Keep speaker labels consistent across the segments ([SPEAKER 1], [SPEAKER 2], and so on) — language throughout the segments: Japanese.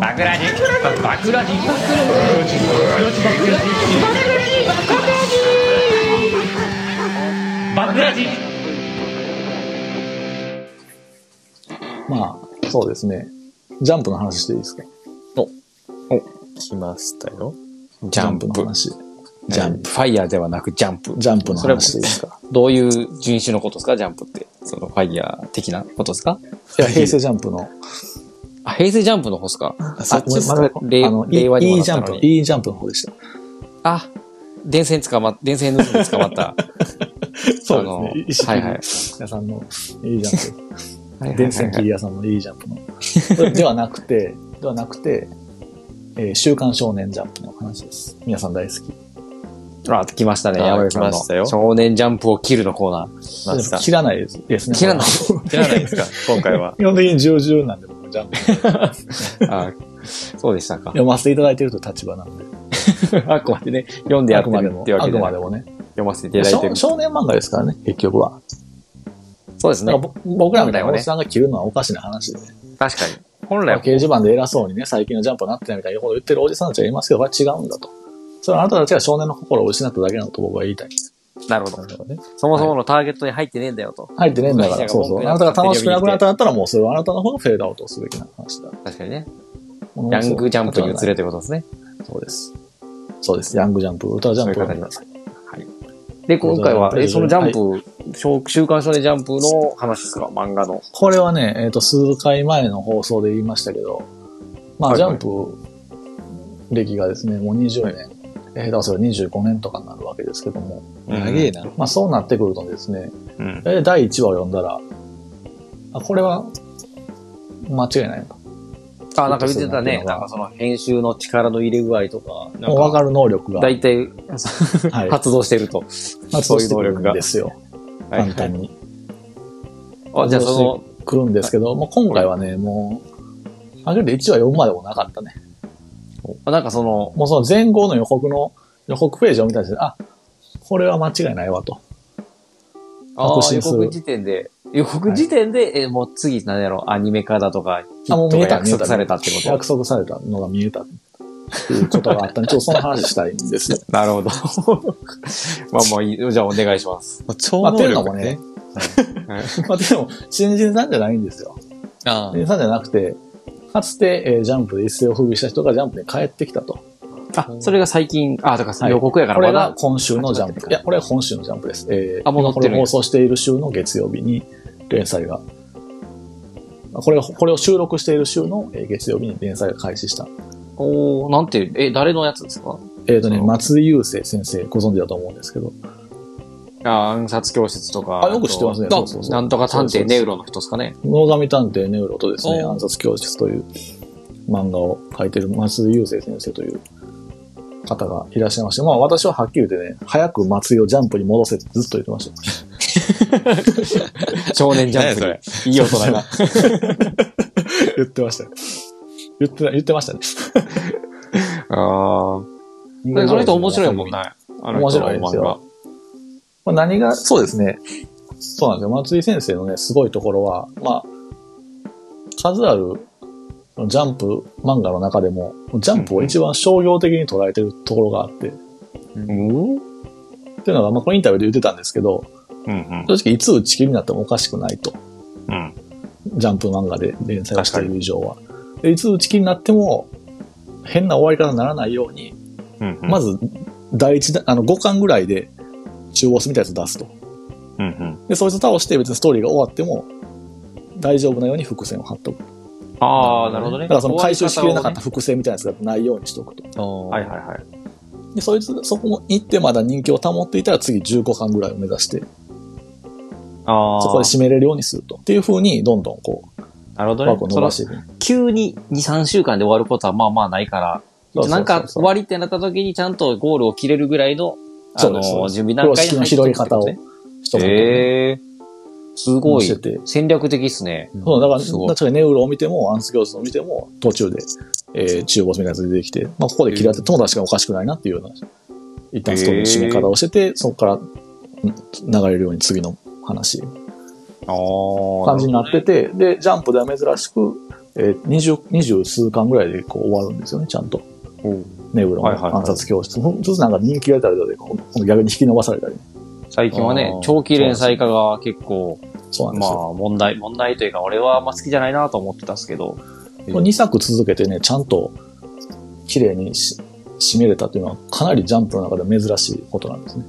[SPEAKER 1] バクラジバクラジバクラジ
[SPEAKER 2] まあ、そうですね。ジャンプの話していいですか
[SPEAKER 3] 来ましたよ。
[SPEAKER 2] ジ
[SPEAKER 3] ジャンプ。
[SPEAKER 2] の話。ジ
[SPEAKER 3] ジャ
[SPEAKER 2] ャ
[SPEAKER 3] ン
[SPEAKER 2] ン
[SPEAKER 3] プ。ファイヤーではなくジャンプ
[SPEAKER 2] プ。。ジャンプの
[SPEAKER 3] それは
[SPEAKER 2] 話でいいですか
[SPEAKER 3] どういう人種のことですかジャンプって。そのファイヤー的なことですか
[SPEAKER 2] いや、平成ジャンプの。
[SPEAKER 3] あ、平成ジャンプの方ですか
[SPEAKER 2] あ、
[SPEAKER 3] そっちっすか
[SPEAKER 2] ごめん
[SPEAKER 3] 令
[SPEAKER 2] あの、
[SPEAKER 3] 令和にも
[SPEAKER 2] E
[SPEAKER 3] なっ
[SPEAKER 2] ジ
[SPEAKER 3] た
[SPEAKER 2] ャ
[SPEAKER 3] の
[SPEAKER 2] ン
[SPEAKER 3] に
[SPEAKER 2] プ、E ジャンプの方でした。
[SPEAKER 3] あ、電線捕まっ、電線盗んで捕まった。
[SPEAKER 2] そうですね。
[SPEAKER 3] あのはいはい
[SPEAKER 2] 石切屋さんの E ジャンプ。電
[SPEAKER 3] 電
[SPEAKER 2] 線
[SPEAKER 3] 線
[SPEAKER 2] 切り屋さんの E ジャンプの。ではなくて、ではなくて、えー週刊少年ジャンプの話です。皆さん大好き。
[SPEAKER 3] あ、来ましたね。
[SPEAKER 1] あ
[SPEAKER 3] 山口さん
[SPEAKER 1] 来ました
[SPEAKER 3] の。
[SPEAKER 1] よ
[SPEAKER 3] 少年ジャンプを切るのコーナー。
[SPEAKER 1] ました
[SPEAKER 2] 切らないですですね。
[SPEAKER 3] 切らない
[SPEAKER 2] これは
[SPEAKER 1] 知らないですか今回は。
[SPEAKER 2] 基本的に重々なんで、僕ジャンプ
[SPEAKER 3] あそうでしたか。
[SPEAKER 2] 読ませていただいてるという立場なんで。
[SPEAKER 3] あくまでね、読んでや
[SPEAKER 2] あ
[SPEAKER 3] って
[SPEAKER 2] くまで
[SPEAKER 3] る
[SPEAKER 2] も、
[SPEAKER 3] っていうわ
[SPEAKER 2] あ
[SPEAKER 3] けで
[SPEAKER 2] くまでもね。
[SPEAKER 3] 読ませていただいてる
[SPEAKER 2] 少。少年漫画ですからね、結局は。
[SPEAKER 3] そうです
[SPEAKER 2] だ
[SPEAKER 3] ね
[SPEAKER 2] から。ぼ僕らみたいなお
[SPEAKER 3] そうだよね
[SPEAKER 2] っさんが切るのはおかしな話で。
[SPEAKER 3] 確かに。本
[SPEAKER 2] ま
[SPEAKER 3] 来
[SPEAKER 2] あ
[SPEAKER 3] は
[SPEAKER 2] 掲示板で偉そうにね、最近のジャンプはなってないみたいなことを言ってるおじさんたちがいますけど、これは違うんだと。それはあなたたちが少年の心を失っただけなのと僕は言いたい。
[SPEAKER 3] なるほど。そもそものターゲットに入ってねえんだよと。
[SPEAKER 2] 入ってねえんだから、
[SPEAKER 3] そ
[SPEAKER 2] そううそ
[SPEAKER 3] ですね
[SPEAKER 2] う。あなたが楽しくなくなったんだったら、もうそれはあなたの方がフェードアウトすべきな話だ。
[SPEAKER 3] 確かにね。ヤングジャンプに移れということですね。
[SPEAKER 2] そうです。そうです。ヤングジャンプ、ウルトラジャンプを
[SPEAKER 3] そういう
[SPEAKER 2] ください。
[SPEAKER 3] で、今回は
[SPEAKER 2] そ、う
[SPEAKER 3] え、
[SPEAKER 2] です
[SPEAKER 3] そのジャンプ、小週刊少年ジャンプの話ですか漫画の。
[SPEAKER 2] これはね、えっ、と、数回前の放送で言いましたけど、まあ、
[SPEAKER 3] はい
[SPEAKER 2] ジャ
[SPEAKER 3] はい
[SPEAKER 2] ンプ歴がですね、もう20年、えーだからそれ25年とかになるわけですけども、
[SPEAKER 1] 長
[SPEAKER 3] え
[SPEAKER 1] えな。
[SPEAKER 2] まあ、そうなってくるとですね、
[SPEAKER 1] うん。
[SPEAKER 2] えー第1話を読んだら、あ、これは、間違いないと。
[SPEAKER 3] あ、なんか見てたね。
[SPEAKER 2] そうな
[SPEAKER 3] なんん
[SPEAKER 2] か
[SPEAKER 3] かその編集の力の入れ具合とか、な
[SPEAKER 2] もう分
[SPEAKER 3] ん
[SPEAKER 2] か
[SPEAKER 3] か、
[SPEAKER 2] る能力が、
[SPEAKER 3] 大体
[SPEAKER 2] はい
[SPEAKER 3] 発動してると。
[SPEAKER 2] 発動してくるんですよ。
[SPEAKER 3] はい
[SPEAKER 2] 簡単に。
[SPEAKER 3] あ、じゃあその、
[SPEAKER 2] 来るんですけど、もう今回はね、もう、あげるで1話読むまでもなかったね。
[SPEAKER 3] あなんかその、
[SPEAKER 2] もうその前後の予告の、予告ページを見たりして、あ、これは間違いないわと。
[SPEAKER 3] あ
[SPEAKER 2] 確
[SPEAKER 3] ー
[SPEAKER 2] 信
[SPEAKER 3] 予
[SPEAKER 2] する
[SPEAKER 3] 告時点で、予告時点で、え、もう次、なんやろ、アニメ化だとか、ヒ
[SPEAKER 2] あも
[SPEAKER 3] ッ
[SPEAKER 2] う
[SPEAKER 3] ト
[SPEAKER 2] 見
[SPEAKER 3] が
[SPEAKER 2] えた
[SPEAKER 3] 約束されたってこ
[SPEAKER 2] 約束されたのが見えたっていうことがあったんで、ちょっとその話したいんです よ。
[SPEAKER 3] と。な るほど。まあまあいい。じゃあお願いします。
[SPEAKER 1] 超
[SPEAKER 2] まあ、
[SPEAKER 1] 能
[SPEAKER 2] っていうの
[SPEAKER 1] 力
[SPEAKER 2] もね。、
[SPEAKER 3] はい
[SPEAKER 2] まあ、でも、新人さんじゃないんですよ。
[SPEAKER 1] あ
[SPEAKER 2] 新人さんじゃなくて、かつて、えージャンプで一世を風靡した人がジャンプに帰ってきたと。
[SPEAKER 3] あ、それが最近、あ、だから予告やから
[SPEAKER 2] こ
[SPEAKER 3] ま
[SPEAKER 2] れ
[SPEAKER 3] だ
[SPEAKER 2] が、今週のジャンプ。いや、これは今週のジャンプです。えー、
[SPEAKER 3] あもう
[SPEAKER 2] 今
[SPEAKER 3] 載って
[SPEAKER 2] こ
[SPEAKER 3] るんや
[SPEAKER 2] れ放送している週の月曜日に連載が、これが、これを収録している週のえー月曜日に連載が開始した。
[SPEAKER 3] おーなんて、え、誰のやつですか
[SPEAKER 2] えっ、とね、
[SPEAKER 3] そう
[SPEAKER 2] 松井優生先生、ご存知だと思うんですけど。
[SPEAKER 3] あ暗殺教室とか。
[SPEAKER 2] あ、よく知ってますね。
[SPEAKER 3] あ
[SPEAKER 2] そ
[SPEAKER 3] と
[SPEAKER 2] うそうそう
[SPEAKER 3] なんとか探偵ネウ
[SPEAKER 2] ロ。
[SPEAKER 3] ロの人ですかね。
[SPEAKER 2] 野上探偵ネウロとですね、
[SPEAKER 1] お
[SPEAKER 2] 暗殺教室という漫画を描いている松井優生先生という方がいらっしゃいまして、まあ私ははっきり言ってね、早く松井をジャンプに戻せってずっと言ってました。
[SPEAKER 3] 少年ジャンプ
[SPEAKER 1] 何や
[SPEAKER 3] に。いい大人 が。
[SPEAKER 2] 言ってましたよ。言ってた、言ってましたね。
[SPEAKER 3] ああ。その人面白いもんね。あの人の
[SPEAKER 2] 面白いです
[SPEAKER 3] 漫画
[SPEAKER 2] よ。まあ、何が、そうですね。そうなんですよ。松井先生のね、すごいところは、まあ、数あるジャンプ漫画の中でも、ジャンプを一番商業的に捉えてるところがあって、
[SPEAKER 3] うん
[SPEAKER 2] っていうのが、まあ、このインタビューで言ってたんですけど、
[SPEAKER 1] うん
[SPEAKER 2] 正直いつ打ち切りになってもおかしくないと。
[SPEAKER 1] うん。うん。
[SPEAKER 2] ジャンプ漫画で連載をしている以上は。でいつ打ち切りになっても、変な終わり方にならないように、
[SPEAKER 1] うん。
[SPEAKER 2] まず、第一だ、あの、5巻ぐらいで中央スみたいなやつを出すと。
[SPEAKER 1] うんうん。
[SPEAKER 2] で、そいつを倒して別にストーリーが終わっても、大丈夫なように伏線を張っとく。
[SPEAKER 3] ああ、なるほどね。
[SPEAKER 2] だからその回収しきれなかった
[SPEAKER 3] 終
[SPEAKER 2] 伏線みたいなやつがないようにしとくと。
[SPEAKER 3] わり方をね。はいはいはい。
[SPEAKER 2] で、そいつ、そこも行ってまだ人気を保っていたら次15巻ぐらいを目指して、
[SPEAKER 3] ああ。
[SPEAKER 2] そこで締めれるようにすると。っていう風に、どんどんこう、
[SPEAKER 3] なるほど
[SPEAKER 2] ワークを伸
[SPEAKER 3] ね。そ
[SPEAKER 2] ば
[SPEAKER 3] の
[SPEAKER 2] していく。
[SPEAKER 3] 急に2、3週間で終わることはまあまあないから、
[SPEAKER 2] そうそうそうそう
[SPEAKER 3] なんか終わりってなった時にちゃんとゴールを切れるぐらいの、あ
[SPEAKER 2] そうですそう
[SPEAKER 3] の、
[SPEAKER 2] です
[SPEAKER 3] 準備段
[SPEAKER 2] 風呂
[SPEAKER 3] 階
[SPEAKER 2] 敷
[SPEAKER 3] に
[SPEAKER 2] の
[SPEAKER 3] 入ってお
[SPEAKER 2] 拾
[SPEAKER 3] く
[SPEAKER 2] い方をし
[SPEAKER 3] ってことね。
[SPEAKER 2] とくと。
[SPEAKER 3] へえすご
[SPEAKER 2] して
[SPEAKER 3] い。
[SPEAKER 2] て。
[SPEAKER 3] 戦略的っすね。
[SPEAKER 2] そう、だから、
[SPEAKER 3] すごい
[SPEAKER 2] 確かにネウロを見ても、アンス教室を見ても、途中で、えー、中ボスみたいなやつが出てきて、まあ、ここで切り当てても確かにおかしくないなっていうような、一旦ストーリーの締め方をしてて、そこからん流れるように次の話、
[SPEAKER 3] ああ。
[SPEAKER 2] 感じになってて、で、ジャンプでは珍しく、えー、20、20数巻ぐらいでこう終わるんですよね、ちゃんと。ネブロ
[SPEAKER 1] はいはい
[SPEAKER 2] の
[SPEAKER 1] はい
[SPEAKER 2] 暗殺教室。ほんちょっとなんか人気が出たりとかで、こう逆に引き伸ばされたりね。
[SPEAKER 3] 最近はね
[SPEAKER 1] あー、
[SPEAKER 3] 長期連載化が結構、
[SPEAKER 2] そうなんで
[SPEAKER 3] ますあ
[SPEAKER 2] よ。
[SPEAKER 3] 問題、問題というか俺はあんま好きじゃないなと思ってたんですけど、
[SPEAKER 2] これ2作続けてね、ちゃんと綺麗にし締めれたっていうのは、かなりジャンプの中で珍しいことなんですね。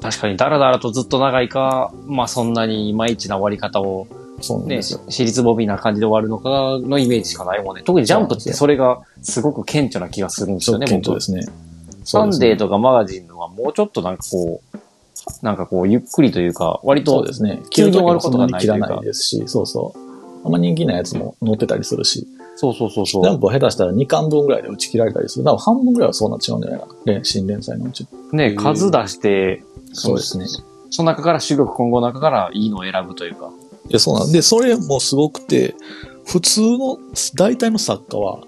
[SPEAKER 3] 確かにダラダラとずっと長いか、まあそんなにいまいちな終わり方を
[SPEAKER 2] そうなん
[SPEAKER 3] ね、
[SPEAKER 2] ですよ。
[SPEAKER 3] 私立ボビーな感じで終わるのかのイメージしかないもんね。特にジャンプってそれがすごく顕著な気がするんです
[SPEAKER 2] そ
[SPEAKER 3] よ
[SPEAKER 2] う、
[SPEAKER 3] ね、
[SPEAKER 2] 検討
[SPEAKER 3] 僕
[SPEAKER 2] ですね。
[SPEAKER 3] サンデー
[SPEAKER 2] と
[SPEAKER 3] とかマガジンのはもうちょっとなんかこう、なんかこうゆっくりというか、割
[SPEAKER 2] そう
[SPEAKER 3] と
[SPEAKER 2] ですね。
[SPEAKER 3] 急
[SPEAKER 2] 急
[SPEAKER 3] に
[SPEAKER 2] に
[SPEAKER 3] 終
[SPEAKER 2] 終
[SPEAKER 3] わ
[SPEAKER 2] わ
[SPEAKER 3] る
[SPEAKER 2] る
[SPEAKER 3] こ
[SPEAKER 2] ことと
[SPEAKER 3] が
[SPEAKER 2] が
[SPEAKER 3] ない
[SPEAKER 2] 切らないですし、そうそう。あんま人気なやつも載ってたりするし、
[SPEAKER 3] そうそうそう
[SPEAKER 2] ジャ
[SPEAKER 3] そ
[SPEAKER 2] ンプは下手したら2巻分ぐらいで打ち切られたりする。多分半分ぐらいはそうなっちゃうんじゃないかな。連新連載のうち。
[SPEAKER 3] う。ね、数出して、
[SPEAKER 2] そうですね。
[SPEAKER 3] その中から主力今後の中からいいのを選ぶというか。
[SPEAKER 2] いや、そうなんで、それもすごくて、普通の、大体の作家は、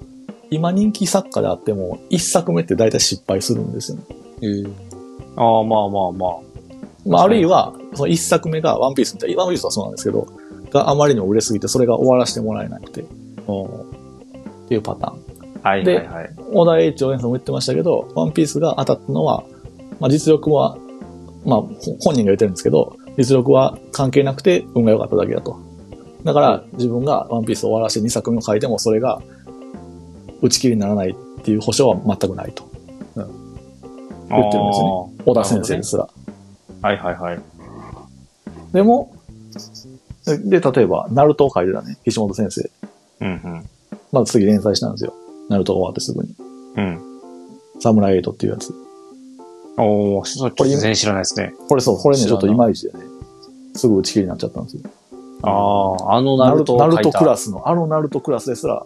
[SPEAKER 2] 今人気作家であっても、1作目って大体失敗するんですよね。
[SPEAKER 3] ああ、まあまあまあ。
[SPEAKER 2] まあ、あるいは、その1作目がワンピースみたいな、ワンピースはそうなんですけど、があまりにも売れすぎて、それが終わらせてもらえなくて、っていうパターン。
[SPEAKER 3] はいは
[SPEAKER 2] で
[SPEAKER 3] いはい。
[SPEAKER 2] 小田栄一応演さんも言ってましたけど、ワンピースが当たったのは、まあ、実力は、まあ、ほ本人が言ってるんですけど、実力は関係なくて運が良かっただけだと。だから、自分がワンピースを終わらせて2作目を書いても、それが打ち切りにならないっていう保証は全くないと。言ってるんですよ小田先生ですら。
[SPEAKER 3] あーはいはいはい。
[SPEAKER 2] でも、で、例えば、ナルトを書いてたね、岸本先生。
[SPEAKER 1] うん
[SPEAKER 2] まず次連載したんですよ。ナルトが終わってすぐに。
[SPEAKER 1] うん。うん。
[SPEAKER 2] サムライエイトっていうやつ。
[SPEAKER 3] おお、それちょっと全然知らないですね。
[SPEAKER 2] これそう、これね、
[SPEAKER 3] 知
[SPEAKER 2] ち
[SPEAKER 3] ら
[SPEAKER 2] ょ
[SPEAKER 3] ん
[SPEAKER 2] っ
[SPEAKER 3] な
[SPEAKER 2] といまいちでね、すぐ打ち切りになっちゃったんですよ。
[SPEAKER 3] ああ、あのナルトを
[SPEAKER 2] ナ
[SPEAKER 3] 書
[SPEAKER 2] ル
[SPEAKER 3] いた。
[SPEAKER 2] トクラスの、あのナルトクラスですら、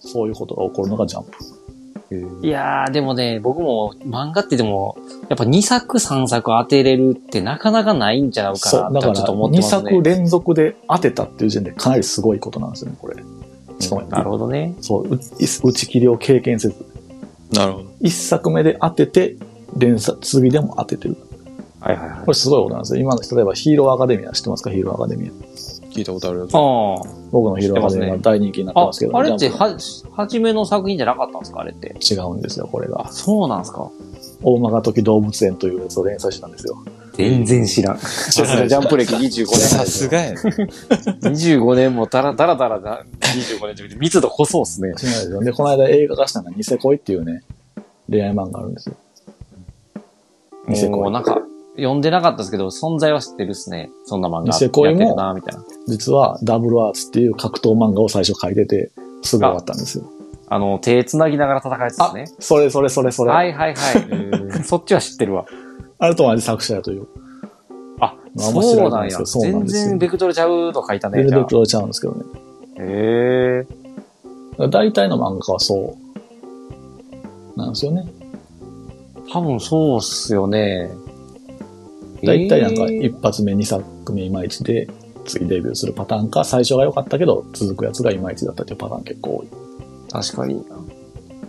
[SPEAKER 2] そういうことが起こるのがジャンプ。
[SPEAKER 3] いやー、でもね、僕も漫画ってでも、やっぱ2作3作当てれるってなかなかないんちゃうか
[SPEAKER 2] だ
[SPEAKER 3] な
[SPEAKER 2] か
[SPEAKER 3] と
[SPEAKER 2] ら、
[SPEAKER 3] ちょっと思って
[SPEAKER 2] 2
[SPEAKER 3] ますね。
[SPEAKER 2] 作連続で当てたっていう時点でかなりすごいことなんですよね、これ。しかも、
[SPEAKER 3] なるほどね。
[SPEAKER 2] そう、う打ち切りを経験せず、
[SPEAKER 4] なるほど。
[SPEAKER 2] 1作目で当てて、連作、次でも当ててる。
[SPEAKER 3] はいはいはい。
[SPEAKER 2] これすごいことなんですよ。今の、例えばヒーローアカデミア知ってますかヒーローアカデミア。
[SPEAKER 4] 聞いたことあるやつ。
[SPEAKER 3] あ
[SPEAKER 2] 僕のヒーローアカデミア
[SPEAKER 3] 知っ
[SPEAKER 2] 大人気になって
[SPEAKER 3] あ。あ
[SPEAKER 2] ますけど、、
[SPEAKER 3] あれって
[SPEAKER 2] ジャンプ
[SPEAKER 3] は、初めの作品じゃなかったんですかあれって。
[SPEAKER 2] 違うんですよ、これが。
[SPEAKER 3] そうなんですか
[SPEAKER 2] 大間が時動物園というやつを連載してたんですよ。
[SPEAKER 3] 全然知らん。さす がジャンプ歴25
[SPEAKER 4] さすがやね。
[SPEAKER 3] 年。25年もだらだらだらだ、25年という密度濃そうっすね。
[SPEAKER 2] しないですよ。で、この間映画化したのがニセ恋っていうね、恋愛漫画あるんですよ。ニセ
[SPEAKER 3] もう
[SPEAKER 2] 恋。
[SPEAKER 3] なんか、読んでなかったですけど、存在は知ってるっすね。そんな漫画。
[SPEAKER 2] ニセ恋も
[SPEAKER 3] やってるな、みたいな。
[SPEAKER 2] 実はダブルアーツっていう格闘漫画を最初書いてて、すぐ終わったんですよ。
[SPEAKER 3] あの、手繋ぎながら戦うやつですね。
[SPEAKER 2] それそれそれそれ。
[SPEAKER 3] はいは いはい。そっちは知ってるわ。
[SPEAKER 2] あれと同じ作者だという。
[SPEAKER 3] あ、
[SPEAKER 2] まああんま知
[SPEAKER 3] そう
[SPEAKER 2] ら
[SPEAKER 3] な
[SPEAKER 2] ないん
[SPEAKER 3] ん
[SPEAKER 2] です
[SPEAKER 3] や。
[SPEAKER 2] けどそうなん
[SPEAKER 3] 全
[SPEAKER 2] ですよ
[SPEAKER 3] 然ベクトルちゃうと書いた
[SPEAKER 2] ベ
[SPEAKER 3] ね。
[SPEAKER 2] ル
[SPEAKER 3] じゃ
[SPEAKER 2] ド
[SPEAKER 3] あ
[SPEAKER 2] クロちゃうんですけどね。
[SPEAKER 3] へえ。
[SPEAKER 2] だから大体の漫画家はそう。なんですよね。
[SPEAKER 3] 多分そうっすよね。
[SPEAKER 2] 大体なんか
[SPEAKER 3] えー
[SPEAKER 2] 一発目、二作目いまいちで、次デビューするパターンか、最初が良かったけど、続くやつがいまいちだったっていうパターン結構多い。
[SPEAKER 3] 確かに。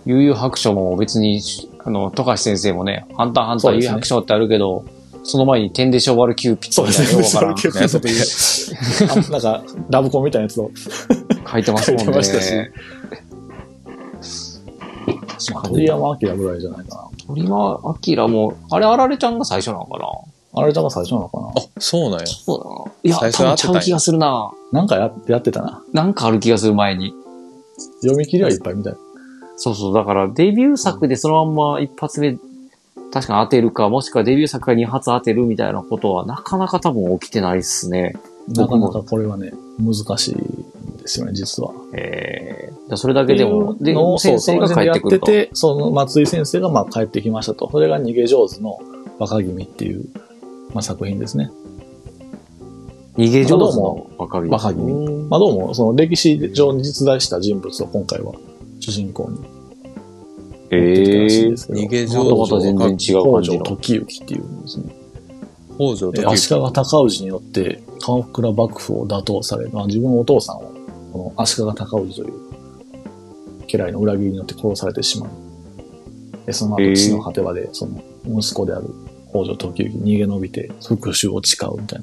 [SPEAKER 3] 悠々白書も別に、あの、富樫先生もね、ハンターハンタ
[SPEAKER 2] そ
[SPEAKER 3] ー
[SPEAKER 2] う
[SPEAKER 3] 悠
[SPEAKER 2] ですね
[SPEAKER 3] 々白書ってあるけど、その前に天でしょわるキューピッ
[SPEAKER 2] そう
[SPEAKER 3] ド
[SPEAKER 2] で
[SPEAKER 3] みたいな
[SPEAKER 2] すね。そ
[SPEAKER 3] よくわから
[SPEAKER 2] れ
[SPEAKER 3] ん
[SPEAKER 2] 結構 あなんか、ラブコンみたいなやつを
[SPEAKER 3] 書いてますもん
[SPEAKER 2] 書いて
[SPEAKER 3] ね。
[SPEAKER 2] ましたし
[SPEAKER 3] 確か
[SPEAKER 2] 鳥
[SPEAKER 3] に。
[SPEAKER 2] 山明ぐらいじゃないか
[SPEAKER 3] 鳥山明も、あれ、あられちゃんが最初なのかな
[SPEAKER 2] な。あれだから最初なのかな。
[SPEAKER 4] あ、そうなんや。
[SPEAKER 3] そうだな。いや、
[SPEAKER 4] 最初
[SPEAKER 3] 多
[SPEAKER 4] は合
[SPEAKER 3] 分
[SPEAKER 4] ってた
[SPEAKER 3] ちゃ
[SPEAKER 4] ん
[SPEAKER 3] う
[SPEAKER 4] や
[SPEAKER 3] 気がするな。
[SPEAKER 2] なんかややってたな。
[SPEAKER 3] なんかある気がする前に。
[SPEAKER 2] 読み切りはいっぱいみたい。
[SPEAKER 3] そうそう、だからデビュー作でそのまんま一発目、確かに当てるか、もしくはデビュー作が二発当てるみたいなことは、なかなか多分起きてないっすね。
[SPEAKER 2] なかなかこれはね、難しいんですよね、実は。
[SPEAKER 3] ええそれだけでも、
[SPEAKER 2] ってい
[SPEAKER 3] で、
[SPEAKER 2] うのをそう
[SPEAKER 3] 先生が帰ってくる
[SPEAKER 2] そ
[SPEAKER 3] と
[SPEAKER 2] の時に。やってて、その松井先生がまあ帰ってきましたと。それが逃げ上手の若君っていう、まあ、作品ですね。
[SPEAKER 3] 逃げ上手
[SPEAKER 2] ど
[SPEAKER 3] の若君。
[SPEAKER 2] 若君まあどうも、その歴史上に実在した人物を今回は主人公に持ってきたらしいんですけど。
[SPEAKER 4] えー逃げ上手
[SPEAKER 3] もともと全然違う感
[SPEAKER 2] 北
[SPEAKER 3] じ
[SPEAKER 2] 条
[SPEAKER 3] の。
[SPEAKER 2] 時行っていうんですね。
[SPEAKER 4] 北条
[SPEAKER 2] え
[SPEAKER 4] 時
[SPEAKER 2] ー足
[SPEAKER 4] 行。
[SPEAKER 2] 利尊氏によって鎌倉幕府を打倒され、まあ、自分のお父さんをこの足利尊氏という家来の裏切りによって殺されてしまう。でその
[SPEAKER 3] え
[SPEAKER 2] 後、
[SPEAKER 3] ー
[SPEAKER 2] 地の果てまで、その息子である北条時行に逃げ延びて復讐を誓うみたい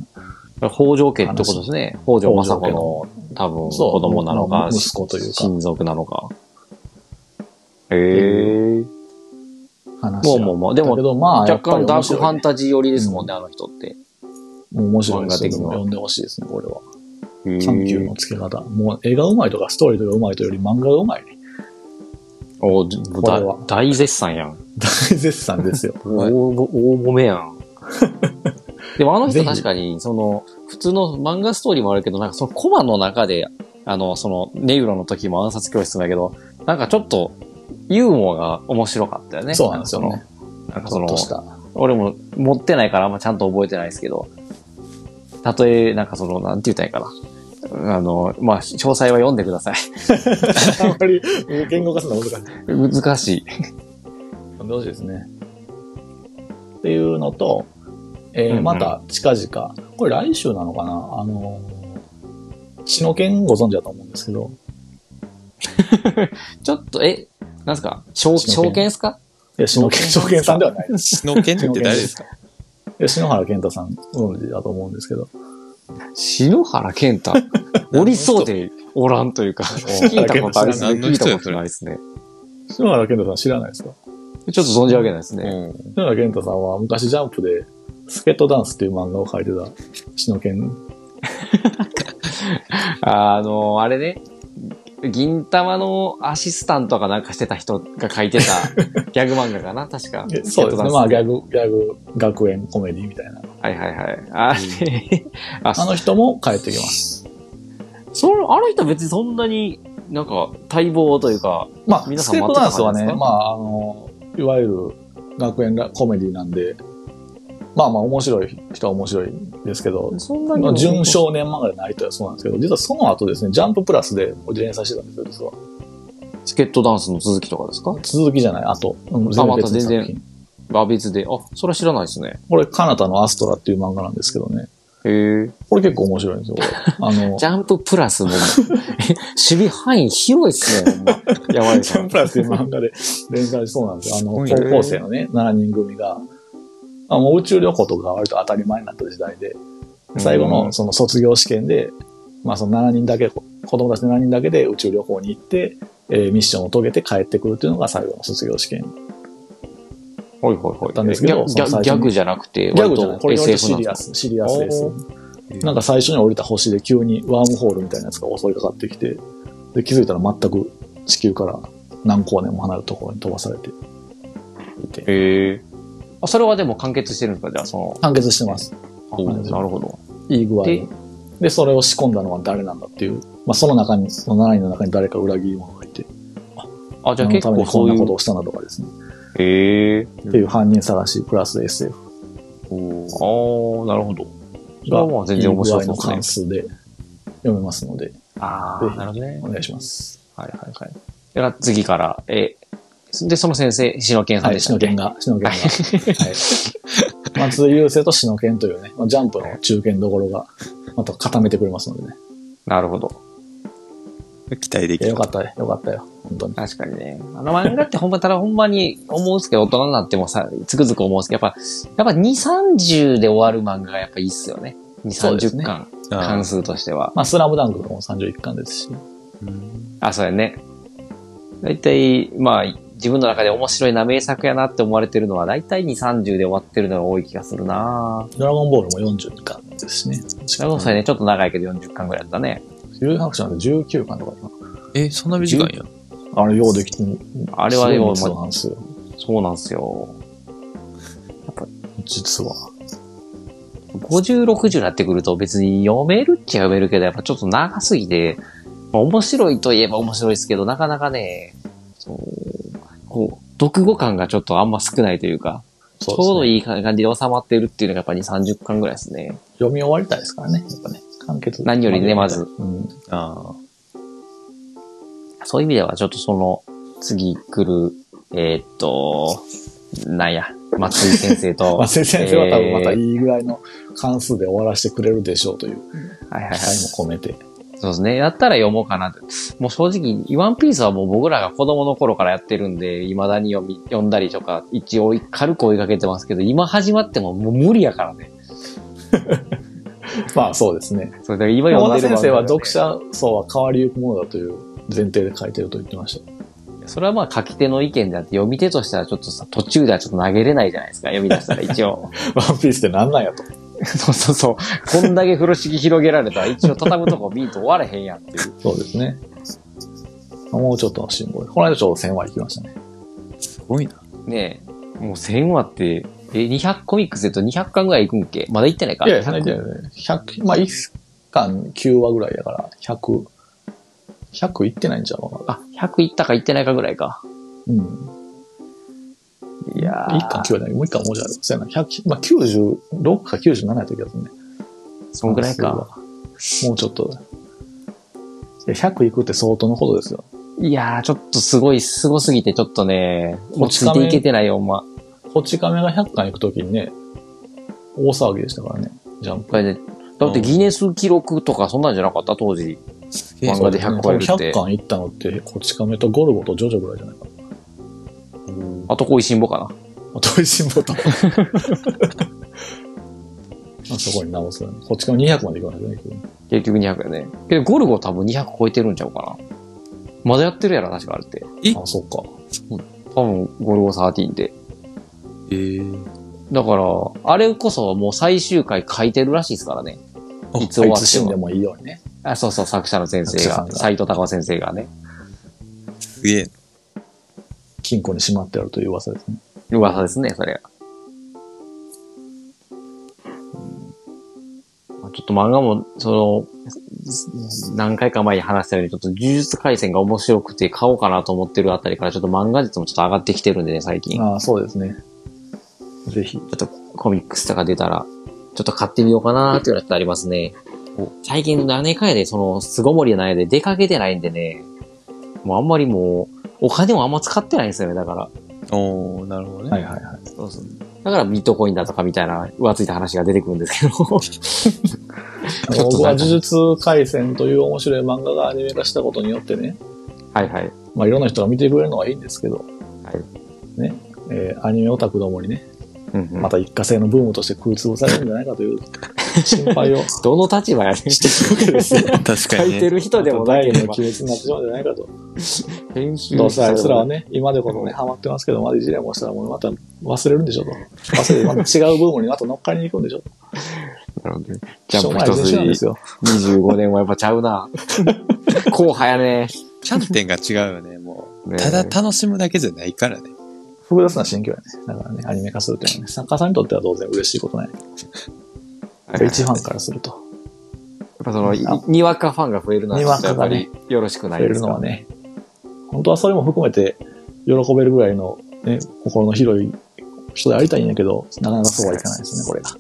[SPEAKER 2] な。
[SPEAKER 3] 北条家ってことですね。北条政子の多分、
[SPEAKER 2] そう
[SPEAKER 3] 子供なの
[SPEAKER 2] まあ
[SPEAKER 3] か、
[SPEAKER 2] 息子というか
[SPEAKER 3] 親族なのか。ええ
[SPEAKER 2] 話は
[SPEAKER 3] もうもうもう、で
[SPEAKER 2] だけ
[SPEAKER 3] も、
[SPEAKER 2] ど、まあ、やっ
[SPEAKER 3] 若
[SPEAKER 2] ぱり
[SPEAKER 3] 干ダ
[SPEAKER 2] 面
[SPEAKER 3] ーク
[SPEAKER 2] 白
[SPEAKER 3] ファ
[SPEAKER 2] い、
[SPEAKER 3] ンタジー寄りですもんね、あの人って。
[SPEAKER 2] もう面白いです
[SPEAKER 3] 漫画的には
[SPEAKER 2] 読んでほしいですね、これは。
[SPEAKER 1] うん
[SPEAKER 2] 緩急のつけ方。もう、絵がうまいとか、ストーリーとかうまいというより、漫画がうまいね。
[SPEAKER 3] おお
[SPEAKER 2] これは
[SPEAKER 3] 大絶賛やん。
[SPEAKER 2] 大絶賛です よ。
[SPEAKER 3] 大
[SPEAKER 4] い
[SPEAKER 3] ぼ大揉め やん。でもあの
[SPEAKER 2] ぜ
[SPEAKER 3] 人
[SPEAKER 2] ひ
[SPEAKER 3] 確かに、その、普通の漫画ストーリーもあるけど、なんかそのコマの中で、あの、その、ネウロの時も暗殺教室だけど、なんかちょっと、ユーモアが面白かったよね。
[SPEAKER 2] そうなんですよね。
[SPEAKER 3] なんか
[SPEAKER 2] ち
[SPEAKER 3] そ
[SPEAKER 2] ょっ
[SPEAKER 3] の、
[SPEAKER 2] とした。
[SPEAKER 3] 俺も持ってないからあんまちゃんと覚えてないですけど、たとえ、なんかその、なんて言ったらいいかな。あの、まあ、詳細は読んでください。
[SPEAKER 2] あんまり、言語化するの難しい。
[SPEAKER 3] 難しい。
[SPEAKER 2] 読んでほしいですね。っていうのと、えー
[SPEAKER 1] うんうん
[SPEAKER 2] また近々、これ来週なのかなあのー、血の剣ご存知だと思うんですけど、
[SPEAKER 3] ちょっと、え、なんすか証
[SPEAKER 2] 証券
[SPEAKER 3] 証券っすか
[SPEAKER 2] いや、血の剣、
[SPEAKER 3] 血の
[SPEAKER 2] 証
[SPEAKER 3] 剣
[SPEAKER 2] 剣さんではないです。
[SPEAKER 4] 血の剣って誰ですか
[SPEAKER 2] いや篠原健太さんご存知だと思うんですけど、
[SPEAKER 3] 篠原健太。おりそうでおらんというか、 聞いたことありそうで
[SPEAKER 4] 何の
[SPEAKER 3] 聞い
[SPEAKER 4] 人
[SPEAKER 3] た
[SPEAKER 4] や
[SPEAKER 3] ことないですね。
[SPEAKER 2] 篠原健太さん知らないですか
[SPEAKER 3] ちょっと存じ上げないですね。
[SPEAKER 4] う
[SPEAKER 2] 篠原健太さんは昔ジャンプで、スケットダンスっていう漫画を描いてた、血の剣。
[SPEAKER 3] あの、あれね、銀玉のアシスタントかなんかしてた人が書いてたギャグ漫画かな確か。
[SPEAKER 2] そうですね。まあ、ギ
[SPEAKER 3] ギャ
[SPEAKER 2] ャグ、
[SPEAKER 3] グ。
[SPEAKER 2] ギャグ、学園コメディみたいな。
[SPEAKER 3] はいはいはい。あれ、 あ
[SPEAKER 2] あの人も帰ってきます。
[SPEAKER 3] その、あの人は別にそんなに、なんか、待望というか、
[SPEAKER 2] まあ、
[SPEAKER 3] 皆
[SPEAKER 2] ス
[SPEAKER 3] さ
[SPEAKER 2] ケ
[SPEAKER 3] ん
[SPEAKER 2] ー
[SPEAKER 3] 待
[SPEAKER 2] トダ
[SPEAKER 3] ってた
[SPEAKER 2] ンスはね、
[SPEAKER 3] 感じです
[SPEAKER 2] ま
[SPEAKER 3] か
[SPEAKER 2] あ、あの、いわゆる学園がコメディなんで、まあまあ面白い人は面白いですけど、
[SPEAKER 3] そんな
[SPEAKER 2] まあ
[SPEAKER 3] に。
[SPEAKER 2] 純少年漫画でないとはそうなんですけど、実はその後ですね、ジャンププラスで連載してたんですよ、実は。
[SPEAKER 3] チケットダンスの続きとかですか
[SPEAKER 2] 続きじゃない、後。うん、
[SPEAKER 3] あまた
[SPEAKER 2] の作
[SPEAKER 3] 全
[SPEAKER 2] 品。
[SPEAKER 3] あ、別で。あ、それは知らないですね。
[SPEAKER 2] これ、カナタのアストラっていう漫画なんですけどね。
[SPEAKER 3] へえ。
[SPEAKER 2] これ結構面白いんで すよ、これ。あの、
[SPEAKER 3] ジャンププラスも、 え守備範囲広いっすね、ほんま。やばい
[SPEAKER 2] ジャンプラスっていう漫画で連載しそうなんですよ。あの、
[SPEAKER 4] すごいね
[SPEAKER 2] 高校生のね、7人組が、あもう宇宙旅行とかが割と当たり前になった時代で、最後のその卒業試験で、まあその7人だけ、子供たち7人だけで宇宙旅行に行って、えーミッションを遂げて帰ってくるっていうのが最後の卒業試験。
[SPEAKER 3] ほいほいほい。
[SPEAKER 2] たんですけど
[SPEAKER 3] ギャ
[SPEAKER 2] その最初に
[SPEAKER 3] ギャグじゃなくて、
[SPEAKER 2] ギャグじゃない
[SPEAKER 3] 割
[SPEAKER 2] ことれより
[SPEAKER 3] SF
[SPEAKER 2] シ
[SPEAKER 3] なん
[SPEAKER 2] リ
[SPEAKER 3] で
[SPEAKER 2] アス、
[SPEAKER 3] す
[SPEAKER 2] シリアスです
[SPEAKER 4] お。
[SPEAKER 2] なんか最初に降りた星で急にワームホールみたいなやつが襲いかかってきて、で気づいたら全く地球から何光年も離れたところに飛ばされていて、
[SPEAKER 3] へえ。あ、それはでも完結してるんですかじゃあ、その、
[SPEAKER 2] 完結してます。
[SPEAKER 3] あ
[SPEAKER 2] うん
[SPEAKER 3] なるほど。
[SPEAKER 2] いい具合に
[SPEAKER 3] で。
[SPEAKER 2] で、それを仕込んだのは誰なんだっていう。まあ、その中に、その7人の中に誰か裏切り者がいて、
[SPEAKER 3] あ、じゃ
[SPEAKER 2] 何
[SPEAKER 3] あ
[SPEAKER 2] の
[SPEAKER 3] 結
[SPEAKER 2] ため
[SPEAKER 3] 構
[SPEAKER 2] にこ
[SPEAKER 3] そ
[SPEAKER 2] ん
[SPEAKER 3] う
[SPEAKER 2] ないこと
[SPEAKER 3] う。
[SPEAKER 2] をしたなとかですね。
[SPEAKER 3] へえ。
[SPEAKER 2] っていう犯人探し、プラス SF
[SPEAKER 4] ん。
[SPEAKER 3] ああ、なるほど。それはま
[SPEAKER 2] が、
[SPEAKER 3] あ
[SPEAKER 2] い
[SPEAKER 3] 全
[SPEAKER 2] い具
[SPEAKER 3] 然面
[SPEAKER 2] 合
[SPEAKER 3] 白そ
[SPEAKER 2] の
[SPEAKER 3] うで
[SPEAKER 2] 関
[SPEAKER 3] すね。
[SPEAKER 2] 数で読めますので、
[SPEAKER 3] あ
[SPEAKER 2] ぜ
[SPEAKER 3] あ、
[SPEAKER 2] ひ
[SPEAKER 3] なるほどね。
[SPEAKER 2] お願いします。
[SPEAKER 3] はいはいはい。では次から、え、で、その先生、篠健さ
[SPEAKER 2] は
[SPEAKER 3] んで
[SPEAKER 2] い、
[SPEAKER 3] し
[SPEAKER 2] シ
[SPEAKER 3] たっ
[SPEAKER 2] ノ
[SPEAKER 3] け、
[SPEAKER 2] ケンが、シ ノケンが。はい。松井優生とシノケンというね、まあ、ジャンプの中堅どころが、また固めてくれますのでね。
[SPEAKER 3] なるほど。
[SPEAKER 4] 期待で
[SPEAKER 2] い
[SPEAKER 4] き
[SPEAKER 2] や、
[SPEAKER 4] る
[SPEAKER 2] よかったよ、よかったよ。本当に。
[SPEAKER 3] 確かにね。あの漫画ってほんま、ただほんまに思うんですけど、大人になってもさ、つくづく思うんですけど、やっぱ、やっぱ2、30で終わる漫画がやっぱいいっすよね。
[SPEAKER 2] そう
[SPEAKER 3] 2、
[SPEAKER 2] ですね
[SPEAKER 3] 30巻、
[SPEAKER 4] あ
[SPEAKER 3] 関数としては。
[SPEAKER 2] まあ、スラムダンクとかも31巻ですし、
[SPEAKER 3] あ、そうやね。大体、まあ、自分の中で面白いな名作やなって思われてるのは、大体2、30で終わってるのが多い気がするな
[SPEAKER 2] ドラゴンボールも42巻ですしね。
[SPEAKER 3] ドラゴンさんね、ちょっと長いけど40巻ぐらいだったね。
[SPEAKER 2] 有白書なんて19巻とかだな
[SPEAKER 4] え、そんな短いんや。
[SPEAKER 2] あれ、ようできてる。
[SPEAKER 3] あれは
[SPEAKER 2] すごい
[SPEAKER 3] よう
[SPEAKER 2] 密度なんですよ。
[SPEAKER 3] そうなんですよ。
[SPEAKER 2] 実は。
[SPEAKER 3] 50、60になってくると別に読めるっちゃ読めるけど、やっぱちょっと長すぎて、まあ面白いといえば面白いですけど、なかなかね、そう、こう、読語感がちょっとあんま少ないというか、
[SPEAKER 2] そ
[SPEAKER 3] ちょうど
[SPEAKER 2] い。
[SPEAKER 3] いい感じで収まってるっていうのがやっぱり2、30巻ぐらいですね。
[SPEAKER 2] 読み終わりたいですからね。やっぱね。完結。
[SPEAKER 3] 何よりねまず
[SPEAKER 2] うん。
[SPEAKER 4] あ
[SPEAKER 3] そういう意味ではちょっとその、次来る、えーっと、なんや、松井先 生と、
[SPEAKER 2] まあ、
[SPEAKER 3] はい
[SPEAKER 2] 先生は多分またいいぐらいの関数で終わらせてくれるでしょうという
[SPEAKER 3] はいはい
[SPEAKER 2] 期。待も込めて。
[SPEAKER 3] そうですね。やったら読もうかなって。もう正直、ワンピースはもう僕らが子供の頃からやってるんで、未だに読み、読んだりとか、一応軽く追いかけてますけど、今始まってももう無理やからね。
[SPEAKER 2] まあそうですね。
[SPEAKER 3] そう、だから今読
[SPEAKER 2] 小田
[SPEAKER 3] んでる
[SPEAKER 2] 先生は読
[SPEAKER 3] 漫
[SPEAKER 2] 者層は変わりゆくものだという前提で書いてると言ってました。
[SPEAKER 3] 画ねそれはまあ書き手の意見であって、読み手としてはちょっとさ、途中ではちょっと投げれないじゃないですか、読み出したら一応。
[SPEAKER 2] ワンピースってなんなんやと。
[SPEAKER 3] そうそうそう。こんだけ風呂敷広げられたら一応畳むとこ見んと終われへんやんっていう。
[SPEAKER 2] そうですね。もうちょっとの辛抱で。この間ちょうど1000話行きましたね。
[SPEAKER 4] すごいな。
[SPEAKER 3] ねえ。もう1000話って、え、200コミックスで言うと200巻ぐらい行くんけまだ行ってないか
[SPEAKER 2] いやいや、
[SPEAKER 3] 100
[SPEAKER 2] 大丈夫ね。100、まあ1巻9話ぐらいだから、100、100いってないんちゃうかな。
[SPEAKER 3] あ、100行ったか行ってないかぐらいか。
[SPEAKER 2] うん。
[SPEAKER 3] いやー
[SPEAKER 2] 1巻9話だけど、もう1巻もうじゃある。そうやな。100、まあ96か97やったけどね。
[SPEAKER 3] そんぐらいか。
[SPEAKER 2] もうちょっと。いや100いくって相当のことですよ。
[SPEAKER 3] いやー、ちょっとすごい、すごすぎて、ちょっとね、
[SPEAKER 2] こ
[SPEAKER 3] 落
[SPEAKER 2] ち
[SPEAKER 3] ち着
[SPEAKER 2] 亀
[SPEAKER 3] いていけてないよ、まあ。
[SPEAKER 2] こち亀が100巻行くときにね、大騒ぎでしたからね、ジャンプ。
[SPEAKER 3] これで、だってギネス記録とかそんなんじゃなかった、当時。
[SPEAKER 4] すげえ
[SPEAKER 3] 漫。画で100超えるって
[SPEAKER 2] 多分100巻行ったのって、こち亀とゴルゴとジョジョぐらいじゃないかな。
[SPEAKER 3] あと、恋しんぼかな。
[SPEAKER 2] あと、いしんぼと。 あそこに直すよね。こち亀200まで行かないとね。
[SPEAKER 3] 結局200やね。けど、ゴルゴ多分200超えてるんちゃうかな。まだやってるやろ、確かあれって。
[SPEAKER 2] あ、そっか。
[SPEAKER 3] 多分、ゴルゴ13で。
[SPEAKER 4] えー、
[SPEAKER 3] だから、あれこそもう最終回書いてるらしいですからね。
[SPEAKER 4] あ
[SPEAKER 3] いつ終
[SPEAKER 2] い
[SPEAKER 3] わ
[SPEAKER 2] つ死ん
[SPEAKER 3] っ
[SPEAKER 2] で
[SPEAKER 3] ても。
[SPEAKER 2] もいいようにね。
[SPEAKER 3] あ、そうそう、作者の先生
[SPEAKER 2] 作者さ
[SPEAKER 3] が
[SPEAKER 2] ん、が
[SPEAKER 3] 斎藤隆夫先生がね、
[SPEAKER 4] すげえ。
[SPEAKER 2] 金庫にしまってあるという噂ですね。
[SPEAKER 3] 噂ですね、それが。うんまあちょっと漫画も、その、何回か前に話したように、ちょっと呪術回戦が面白くて買おうかなと思ってるあたりから、ちょっと漫画術もちょっと上がってきてるんでね、最近。
[SPEAKER 2] ああ、そうですね。ぜひ。
[SPEAKER 3] ちょっとコミックスとか出たら、ちょっと買ってみようかなーっていうのはちょっとありますね。最近何回で、その、巣ごもりの間で出かけてないんでね、もうあんまりもう、お金もあんま使ってないんですよね、だから。
[SPEAKER 4] おー、なるほどね。
[SPEAKER 2] はいはいはい。
[SPEAKER 3] そうそうだからビットコインだとかみたいな、浮ついた話が出てくるんですけど。 ちょっと
[SPEAKER 2] 僕は
[SPEAKER 3] なん
[SPEAKER 2] 呪
[SPEAKER 3] か
[SPEAKER 2] 術廻戦という面白い漫画がアニメ化したことによってね、
[SPEAKER 3] はいはい。
[SPEAKER 2] まあいろんな人が見てくれるのはいいんですけど、
[SPEAKER 3] は
[SPEAKER 2] ね、えーアニメオタクどもにね、
[SPEAKER 3] うんうん
[SPEAKER 2] また一過性のブームとして食い潰されるんじゃないかと いう心配を
[SPEAKER 3] どの立場やねん。
[SPEAKER 2] してるわけですよ。
[SPEAKER 4] 確か
[SPEAKER 3] 書
[SPEAKER 4] に
[SPEAKER 3] いて
[SPEAKER 4] ね。
[SPEAKER 3] る人でもな
[SPEAKER 2] 第二
[SPEAKER 3] けれ
[SPEAKER 2] の
[SPEAKER 3] ば
[SPEAKER 2] 亀。裂になってしまうんじゃないかと。
[SPEAKER 3] 編集
[SPEAKER 2] どうせあいつらは
[SPEAKER 3] ね。
[SPEAKER 2] ね、今でこそね、ハマってますけど、まだいじれもしたらもうまた忘れるんでしょうと。忘れてまた違うブームにまた乗っかりに行くんでしょうと。
[SPEAKER 3] なるほどねジャンプ
[SPEAKER 2] しょうもない人種なんで
[SPEAKER 3] 一
[SPEAKER 2] す
[SPEAKER 3] 筋
[SPEAKER 2] よ。
[SPEAKER 3] 25年はやっぱちゃう な。後輩やね。
[SPEAKER 4] 観点が違うよね、もう。
[SPEAKER 3] ね
[SPEAKER 4] ただ楽しむだけじゃないからね。
[SPEAKER 2] 複雑な心境やね。だからね、アニメ化するというのはね、作家さんにとっては当然嬉しいことない。一ファンからすると、
[SPEAKER 3] やっぱその、いにわかファンが増えるのは、
[SPEAKER 2] にわかがね
[SPEAKER 3] やっぱりよろしくな
[SPEAKER 2] 増
[SPEAKER 3] い
[SPEAKER 2] え
[SPEAKER 3] で
[SPEAKER 2] る
[SPEAKER 3] す
[SPEAKER 2] の
[SPEAKER 3] か
[SPEAKER 2] は。ね、本当はそれも含めて喜べるぐらいの、ね、心の広い人でありたいんやけど、なかなかそうはいかないですね、これが。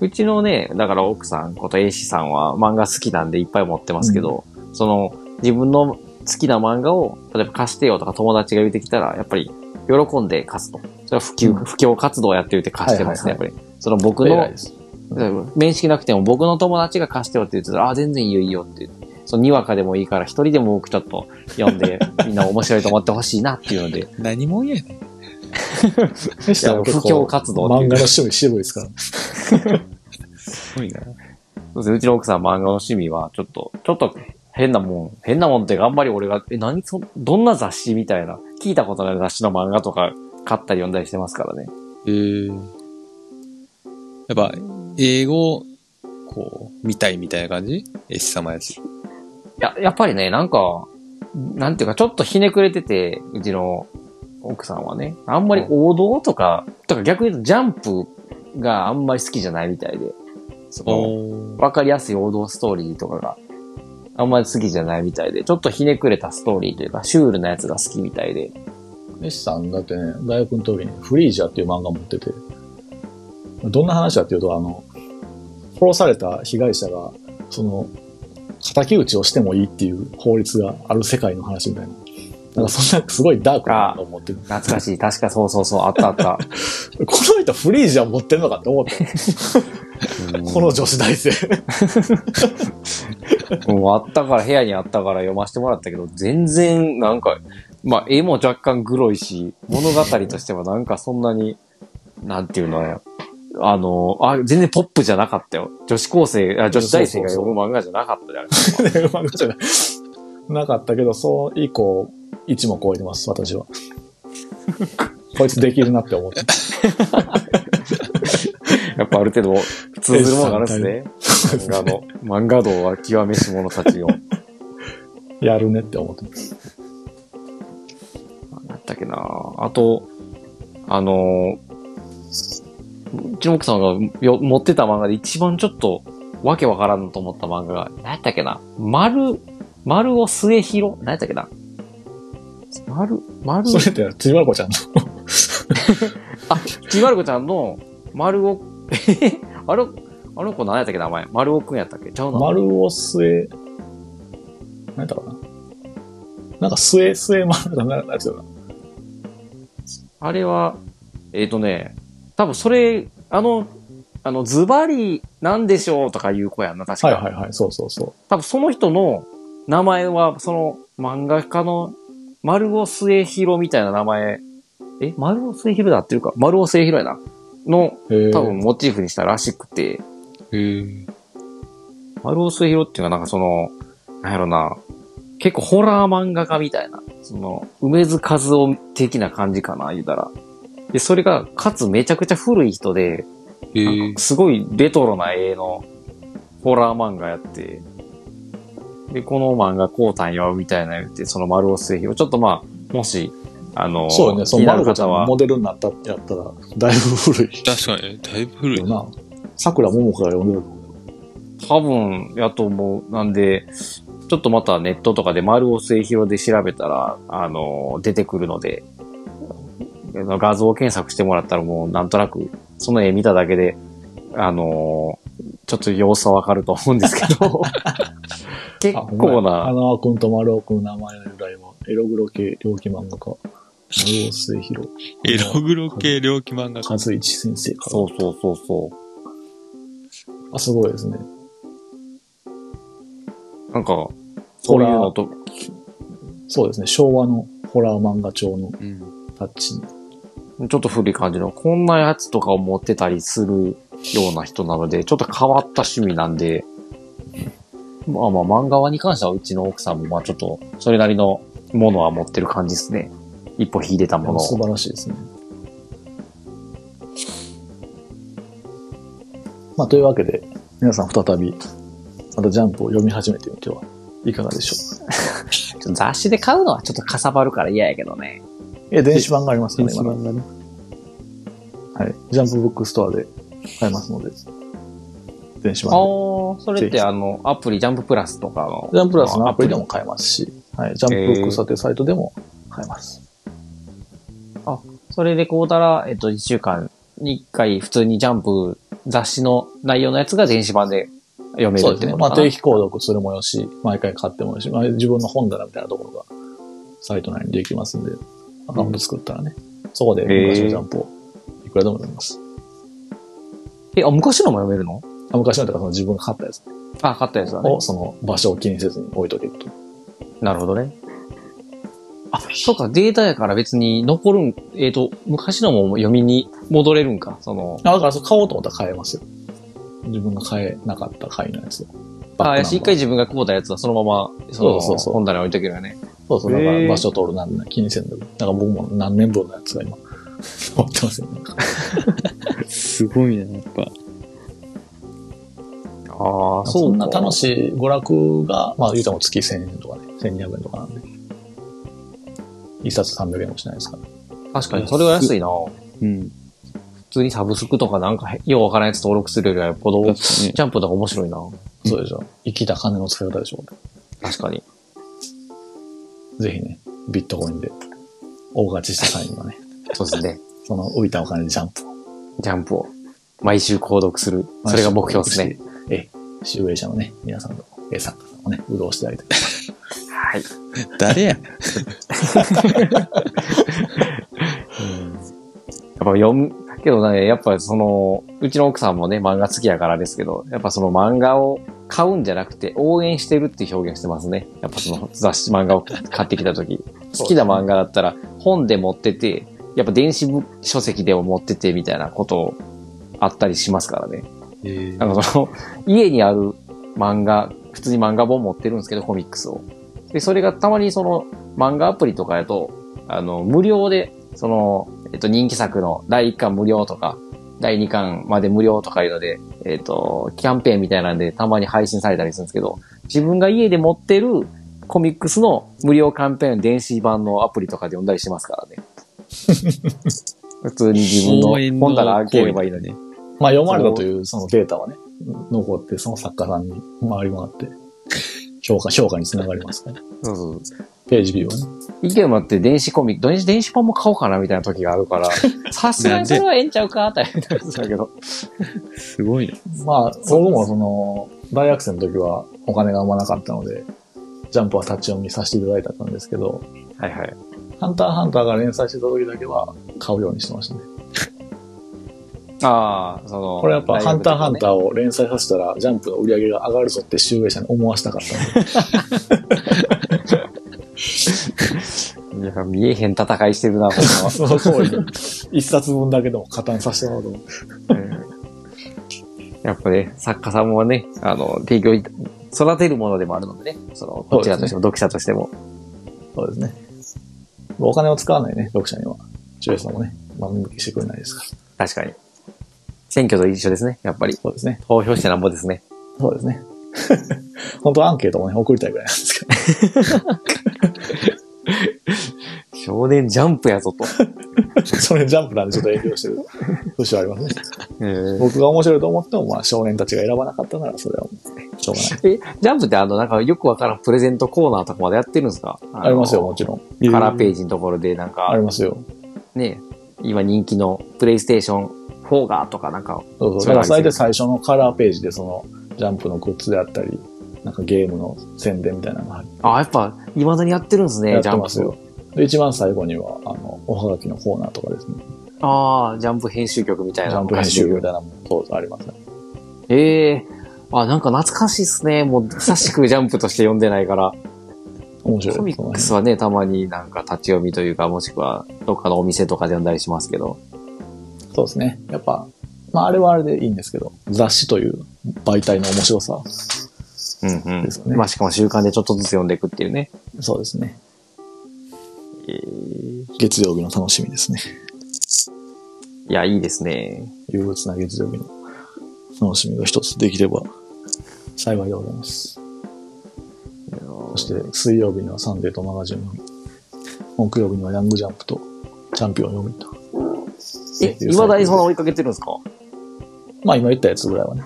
[SPEAKER 3] うちのね、だから奥さんこと英子さんは漫画好きなんでいっぱい持ってますけど、その、自分の好きな漫画を、例えば貸してよとか友達が言ってきたら、やっぱり喜んで貸すと。それは普及、
[SPEAKER 2] うん
[SPEAKER 3] 布教活動をやってるって貸してますね、
[SPEAKER 2] はいは
[SPEAKER 3] やっぱり。その僕の
[SPEAKER 2] 偉いです
[SPEAKER 3] 面識なくても僕の友達が貸してよって言ってたら、あ、全然いいよいいよって言って。そのにわかでもいいから一人でも多くちょっと読んで、みんな面白いと思ってほしいなっていうので、
[SPEAKER 4] 何も言えない。
[SPEAKER 2] でしたら
[SPEAKER 3] いや布教活動
[SPEAKER 2] 漫画の趣味渋いですから。
[SPEAKER 4] すごいな。
[SPEAKER 3] そうですねうちの奥さん漫画の趣味は、ちょっと、ちょっと変なもん、変なもんって頑張り俺が、え、何そ、どんな雑誌みたいな、聞いたことない雑誌の漫画とか、買ったり読んだりしてますからね。
[SPEAKER 4] えー、やっぱ、英語、こう、見たいみたいな感じ絵師様やつ。
[SPEAKER 3] いや、やっぱりね、なんか、なんていうか、ちょっとひねくれてて、うちの奥さんはね、あんまり王道とか、とか逆に言うとジャンプがあんまり好きじゃないみたいで、その
[SPEAKER 4] おー。
[SPEAKER 3] わかりやすい王道ストーリーとかが、あんまり好きじゃないみたいで、ちょっとひねくれたストーリーというか、シュールなやつが好きみたいで、
[SPEAKER 2] 西さんだってね、大学の時にフリージャーっていう漫画持ってて、どんな話だっていうと、あの、殺された被害者が、その、敵討ちをしてもいいっていう法律がある世界の話みたいな。なんかそんなすごいダークなのを持ってる。
[SPEAKER 3] 懐かしい。確かそうそうそう、あったあった。
[SPEAKER 2] この人フリージャー持ってるのかって思ったよ。この女子大生。
[SPEAKER 3] もうあったから、部屋にあったから読ませてもらったけど、全然なんか、まあ絵も若干グロいし、物語としてはなんかそんなに、なんていうのや、あの、あ、全然ポップじゃなかったよ。女子高生、あ女子大生が読む漫画じゃなかったじゃん。
[SPEAKER 2] 漫画じゃないなかったけど、そう以降、一も超えてます、私は。こいつできるなって思って。
[SPEAKER 3] やっぱある程度、普通するものがあるんですね。漫画の、漫画道は極めし者たちを。
[SPEAKER 2] やるねって思ってます。
[SPEAKER 3] なんだったっけなあと、あのー、うちの奥さんがよ持ってた漫画で一番ちょっとわけわからんと思った漫画が、何やったっけな丸、丸尾末広何やったっけな丸、丸、
[SPEAKER 2] それって、ちびまる子ちゃんの。
[SPEAKER 3] あ、ちびまる子ちゃんの丸尾、えへあの、あの子何やったっけ名前丸尾くんやったっけちゃうな。
[SPEAKER 2] 丸尾末、何やったかななんか末末丸だな、なんやつよな。
[SPEAKER 3] あれは、えっ、とね、多分それ、あの、あの、ズバリなんでしょうとかいう子やんな、確か。
[SPEAKER 2] はいはいはい、そうそうそ
[SPEAKER 3] 多分その人の名前は、その漫画家の丸尾末広みたいな名前、え、丸尾末広だってるか、丸尾末広やな、の
[SPEAKER 2] う。へー
[SPEAKER 3] 多分モチーフにしたらしくて、
[SPEAKER 4] うん。
[SPEAKER 3] 丸尾末広っていうのはなんかその、なんやろな、結構ホラー漫画家みたいな、その、梅津和夫的な感じかな、言うたら。で、それが、かつめちゃくちゃ古い人で、
[SPEAKER 4] え
[SPEAKER 3] なんかすごいレトロな絵のホラー漫画やって、で、この漫画、こうたんよ、みたいな言って、その丸尾末広。ちょっとまあ、もし、あの、
[SPEAKER 2] そうよね、その
[SPEAKER 3] 気にな
[SPEAKER 2] ま
[SPEAKER 3] る
[SPEAKER 2] る子ちゃ
[SPEAKER 3] 方
[SPEAKER 2] ん
[SPEAKER 3] は
[SPEAKER 2] が、モデルになったってやったら、だいぶ古い
[SPEAKER 4] 確かに、だいぶ古い
[SPEAKER 2] よ
[SPEAKER 4] な。
[SPEAKER 2] な。桜ももこが読んでる
[SPEAKER 3] 多分、やと思う。なんで、ちょっとまたネットとかで丸尾末広で調べたら、あの、出てくるので、あの画像検索してもらったらもうなんとなく、その絵見ただけで、あの、ちょっと様子はわかると思うんですけ ど、 結
[SPEAKER 2] あ、
[SPEAKER 3] 構な、
[SPEAKER 2] 花輪くんと丸尾くんの名前の由来は、エログロ系猟奇漫画家、丸尾末広。
[SPEAKER 4] エログロ系猟奇漫画家
[SPEAKER 2] 和。一先生から。
[SPEAKER 3] そうそうそうそ
[SPEAKER 2] あ、すごいですね。
[SPEAKER 3] う。なんか、そういうのと、
[SPEAKER 2] そうですね、昭和のホラー漫画調の
[SPEAKER 4] うん。
[SPEAKER 2] タッチ。
[SPEAKER 3] ちょっと古い感じの、こんなやつとかを持ってたりするような人なので、ちょっと変わった趣味なんで、まあまあ漫画はに関してはうちの奥さんもまあちょっと、それなりのものは持ってる感じですね。一歩引いてたもの
[SPEAKER 2] 素
[SPEAKER 3] を。
[SPEAKER 2] 晴らしいですね。まあ、というわけで、皆さん再び、またジャンプを読み始めてみてはいかがでしょ
[SPEAKER 3] 雑誌で買うのはちょっとかさばるから嫌やけどね。
[SPEAKER 2] ういや、電子版がありますからね、
[SPEAKER 4] 電子
[SPEAKER 2] 今ね。はい。ジャンプブックストアで買えますので、電子
[SPEAKER 3] あ
[SPEAKER 2] 版で。
[SPEAKER 3] ー、それってあの、アプリ、ジャンププラスとかの。
[SPEAKER 2] ジャンププラスのアプリでも買えますし、はい。ジャンプブックストアというサイトでも買えます。
[SPEAKER 3] それでこうたら、えっと、一週間に一回普通にジャンプ雑誌の内容のやつが電子版で読める
[SPEAKER 2] そう
[SPEAKER 3] っ
[SPEAKER 2] です
[SPEAKER 3] て
[SPEAKER 2] ね。
[SPEAKER 3] こと
[SPEAKER 2] ま
[SPEAKER 3] か
[SPEAKER 2] あ、
[SPEAKER 3] な。
[SPEAKER 2] 定期購読するもよし、毎回買ってもよし、まあ、自分の本棚みたいなところが、サイト内にできますんで、アカウント作ったらね、そこで昔のジャンプをいくらでも読みます。
[SPEAKER 3] え、あ、昔のも読めるの
[SPEAKER 2] あ昔のとか、その自分が買ったやつ
[SPEAKER 3] あ、買ったやつだね
[SPEAKER 2] を、。その場所を気にせずに置いとけると。
[SPEAKER 3] なるほどね。あ、そうか、データやから別に残るん、えっ、と、昔のも読みに戻れるんか、その。
[SPEAKER 2] あだから、そう買おうと思ったら買えますよ。自分が買えなかった回のやつを。バックナンバー
[SPEAKER 3] あ、やし、一回自分がこうたやつはそのまま、そ
[SPEAKER 2] そ
[SPEAKER 3] の、
[SPEAKER 2] うそうそう
[SPEAKER 3] 本棚に置いとけるよね。
[SPEAKER 2] そうそう、だか
[SPEAKER 3] へー
[SPEAKER 2] ら場所取るなんだ、気にせんでも。なんか僕も何年分のやつが今、 持ってますよ、ね。
[SPEAKER 4] すごいな、やっぱ。
[SPEAKER 3] ああ、
[SPEAKER 2] そんな楽
[SPEAKER 3] い。
[SPEAKER 2] しい娯楽が、まあ言うても月1000円とかね、1200円とかなんで。一冊300円もしないですから。
[SPEAKER 3] 確かに、それは安いな。
[SPEAKER 4] うん。
[SPEAKER 3] 普通にサブスクとかなんかへ、ようわからんやつ登録するよりはよっぽど、
[SPEAKER 4] 確かに。
[SPEAKER 3] ジャンプとか面白いな。
[SPEAKER 2] そうでしょ。生きた金の使い方でしょ。
[SPEAKER 3] 確かに。
[SPEAKER 2] ぜひね、ビットコインで大勝ちした際にはね、
[SPEAKER 3] そうですね。
[SPEAKER 2] その浮いたお金でジャンプを。
[SPEAKER 3] ジャンプを毎週購読する。それが目標ですね。。
[SPEAKER 2] ええ、集英者のね、皆さんの、ええ、作家さんをね、潤してあげて。
[SPEAKER 3] はい。
[SPEAKER 4] 誰や
[SPEAKER 3] やっぱ読む、けどね、やっぱその、うちの奥さんもね、漫画好きやからですけど、やっぱその漫画を買うんじゃなくて、応援してるっていう表現してますね。やっぱその雑誌、漫画を買ってきた時好きな漫画だったら、本で持ってて、やっぱ電子部書籍でも持っててみたいなことをあったりしますからね。
[SPEAKER 4] えー
[SPEAKER 3] なんかその、家にある漫画、普通に漫画本持ってるんですけど、コミックスを。で、それがたまにその、漫画アプリとかやと、あの、無料で、その、えっと、人気作の第1巻無料とか、第2巻まで無料とかいうので、えっと、キャンペーンみたいなんでたまに配信されたりするんですけど、自分が家で持ってるコミックスの無料キャンペーン電子版のアプリとかで読んだりしてますからね。普通に自分
[SPEAKER 4] 公園
[SPEAKER 3] の
[SPEAKER 4] の
[SPEAKER 3] 本棚開ければいいのに。
[SPEAKER 2] まあ読まれたというそのデータはね、残って、その作家さんに回り回って、評価、評価につながりますから、ね。
[SPEAKER 3] そうそう。
[SPEAKER 2] ページビューはね。
[SPEAKER 3] 意見もあって電子コミック、電子、電子版も買おうかなみたいな時があるから、 さすがにそれはええんちゃうかって言ったんだけど。
[SPEAKER 4] すごいな。
[SPEAKER 2] まあ、僕もその、大学生の時はお金があんまなかったので、ジャンプは立ち読みさせていただいたんですけど、
[SPEAKER 3] はいはい。
[SPEAKER 2] ハンターハンターが連載してた時だけは買うようにしてましたね。
[SPEAKER 3] ああ、その。
[SPEAKER 2] これやっぱハンターハンタ
[SPEAKER 3] ー。
[SPEAKER 2] ーを連載させたら、ジャンプの売り上げが上がるぞって集英社に思わせたかった ので。
[SPEAKER 3] いや、見えへん戦いしてるな、ほんま
[SPEAKER 2] その通りに、 一冊分だけでも加担させてもらおうと思って。
[SPEAKER 3] やっぱね、作家さんもね、あの、提供い、育てるものでもあるのでね、その、こちらとしても、読者としても。
[SPEAKER 2] そうですね。お金を使わないね、読者には。集英社もね、まあ見向きしてくれないですから。
[SPEAKER 3] 確かに。選挙と一緒ですね、やっぱり。
[SPEAKER 2] そうですね。
[SPEAKER 3] 投票してなんぼですね。
[SPEAKER 2] そうですね。 本当はアンケートもね、送りたいぐらいなんですけど。
[SPEAKER 3] 少年ジャンプやぞ と。
[SPEAKER 2] それジャンプなんでちょっと影響して る節はありますね。
[SPEAKER 3] え
[SPEAKER 2] 僕が面白いと思っても、まあ少年たちが選ばなかったなら、それはもうしょうがない。
[SPEAKER 3] え、ジャンプってあの、なんかよくわからんプレゼントコーナーとかまでやってるんですかあの
[SPEAKER 2] ありますよ、もちろん。
[SPEAKER 3] カラーページのところでなん
[SPEAKER 2] あ
[SPEAKER 3] か
[SPEAKER 2] り、ますよ。
[SPEAKER 3] ね、今人気のプレイステーション4がとかなんか、
[SPEAKER 2] そう
[SPEAKER 3] そ
[SPEAKER 2] そうう。だか
[SPEAKER 3] なんで
[SPEAKER 2] ら
[SPEAKER 3] すよ
[SPEAKER 2] 最低最初のカラーページで、その、ジャンプのグッズであったり、なんかゲームの宣伝みたいなのが入って
[SPEAKER 3] あ、やっぱ未だにやってるんですね、
[SPEAKER 2] やっ
[SPEAKER 3] ジ
[SPEAKER 2] て
[SPEAKER 3] ャン
[SPEAKER 2] ます
[SPEAKER 3] プ。
[SPEAKER 2] よ。で、一番最後には、あの、おはがきのコーナーとかですね。
[SPEAKER 3] ああ、ジャンプ編集局みた
[SPEAKER 2] ジ
[SPEAKER 3] いな。
[SPEAKER 2] ャンプ編集みたいなのも当時ありますね。
[SPEAKER 3] ええあ、なんか懐かしいっすね。もう、久しくジャンプとして読んでないから。
[SPEAKER 2] 面白い。
[SPEAKER 3] コミックスはね、たまになんか立ち読みというか、もしくは、どっかのお店とかで読んだりしますけど。
[SPEAKER 2] そうですね。やっぱ、まああれはあれでいいんですけど、雑誌という媒体の面白さ
[SPEAKER 1] うんうん
[SPEAKER 2] ですよね。
[SPEAKER 3] まあ、しかも習慣でちょっとずつ読んでいくっていうね。
[SPEAKER 2] そうですね。
[SPEAKER 3] えー
[SPEAKER 2] 月曜日の楽しみですね。
[SPEAKER 3] いや、いいですね。
[SPEAKER 2] 憂鬱な月曜日の楽しみが一つできれば幸いでございます。そして水曜日にはサンデーとマガジンを読み、木曜日にはヤングジャンプとチャンピオンを読みと。
[SPEAKER 3] え、未だにそんな追いかけてるんですか
[SPEAKER 2] まあ今言ったやつぐらいはね。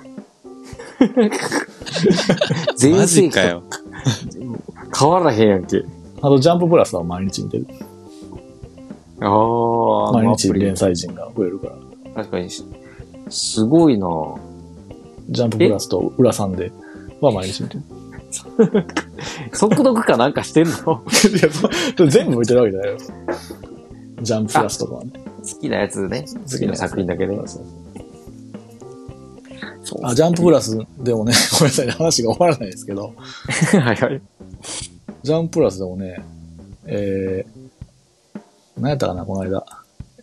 [SPEAKER 3] 全
[SPEAKER 4] マ
[SPEAKER 3] 盛
[SPEAKER 4] ジ
[SPEAKER 3] 期
[SPEAKER 4] か
[SPEAKER 3] と
[SPEAKER 4] よ。
[SPEAKER 3] 変わらへんやんけ。
[SPEAKER 2] あとジャンププラスは毎日見てる。
[SPEAKER 3] ああ、
[SPEAKER 2] 毎日
[SPEAKER 3] アプリ
[SPEAKER 2] 連載人が増えるから。
[SPEAKER 3] 確かに。すごいな
[SPEAKER 2] ジャンププラスと裏サンデーは毎日見てる。
[SPEAKER 3] 速読かなんかしてんの 好
[SPEAKER 2] いやそう全部見てるわけじゃないよ。ジャンププラスとかはね。
[SPEAKER 3] きなやつね。好きな作品だけね。
[SPEAKER 2] そう
[SPEAKER 3] そう
[SPEAKER 2] あ、ジャンププラスでもね、 ごめんなさいね、話が終わらないですけど、
[SPEAKER 3] はいはい。
[SPEAKER 2] ジャンププラスでもね、えー、何やったかな、この間。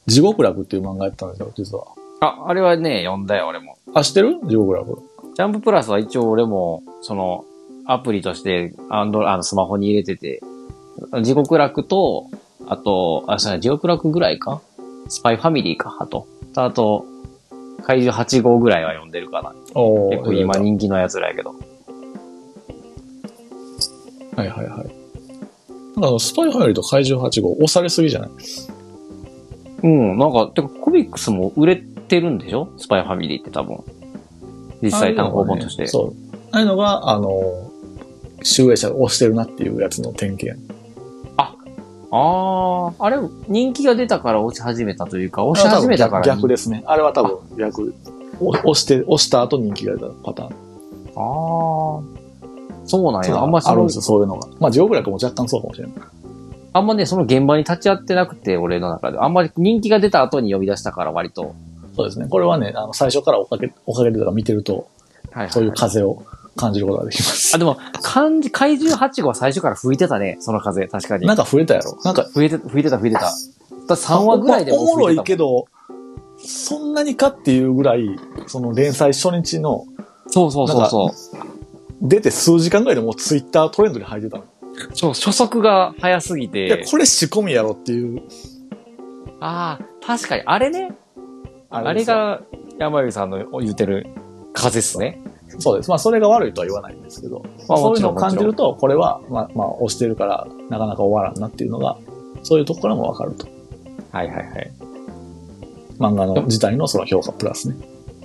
[SPEAKER 2] 地獄楽っていう漫画やってたんですよ、実は。
[SPEAKER 3] あ、あれはね、読んだよ、俺も。
[SPEAKER 2] あ、知ってる地獄楽。
[SPEAKER 3] ジャンププラスは一応俺も、その、アプリとして、アンド、あの、スマホに入れてて、地獄楽と、あと、あ、そうや地獄楽ぐらいかスパイファミリーか、あと。あと、怪獣8号ぐらいは読んでるかな。
[SPEAKER 2] お
[SPEAKER 3] 結構今
[SPEAKER 2] は
[SPEAKER 3] 人気のやつらやけど。
[SPEAKER 2] いはいはい。なんかあの、スパイファミリーと怪獣8号押されすぎじゃない
[SPEAKER 3] うん、なんか、てかコミックスも売れてるんでしょスパイファミリーって多分。実際単行本として。
[SPEAKER 2] ああいうのがねそう。ああいうのが、あの、集英者が押してるなっていうやつの典型。
[SPEAKER 3] ああ、あれ、人気が出たから落ち始めたというか、落ち始めたから。
[SPEAKER 2] あれは多分逆逆ですね。あれは多分逆。お押して、押した後人気が出たパターン。
[SPEAKER 3] ああ、そうなんや。あんま
[SPEAKER 2] あ
[SPEAKER 3] そ
[SPEAKER 2] るん
[SPEAKER 3] の
[SPEAKER 2] です、よ、そういうのが。まあ、地獄楽も若干そうかもしれない。
[SPEAKER 3] あんまね、その現場に立ち会ってなくて、俺の中で。あんまり人気が出た後に呼び出したから、割と。
[SPEAKER 2] そうですね。これはね、あの、最初からおかげ、おかげでとか見てると、
[SPEAKER 3] はい、はい。
[SPEAKER 2] そういう風を感じることができます。
[SPEAKER 3] あ、でも、漢字、怪獣8号は最初から吹いてたね、その風、確かに
[SPEAKER 2] なん。か増えたやろなんか、
[SPEAKER 3] 吹いて、吹いてた、吹いてた。だ3話ぐらいで
[SPEAKER 2] おおもろ
[SPEAKER 3] 吹
[SPEAKER 2] いけど、そんなにかっていうぐらい、その連載初日の
[SPEAKER 3] そうそうそうそう。
[SPEAKER 2] 出て数時間ぐらいでもうツイッタートレンドに入ってたの。
[SPEAKER 3] そう、初速が早すぎ
[SPEAKER 2] いや、
[SPEAKER 3] て。
[SPEAKER 2] これ仕込みやろっていう。
[SPEAKER 3] ああ、確かに。あれね。
[SPEAKER 2] あ
[SPEAKER 3] あ
[SPEAKER 2] で
[SPEAKER 3] れ
[SPEAKER 2] すよ。
[SPEAKER 3] が山由さんの言ってる風っすね。
[SPEAKER 2] そうです。まあ、それが悪いとは言わないんですけど、まあ、そういうのを感じると、これは、まあ、まあ、押してるから、なかなか終わらんなっていうのが、そういうとこからもわかると。
[SPEAKER 3] はいはいはい。
[SPEAKER 2] 漫画の自体のその評価プラスね。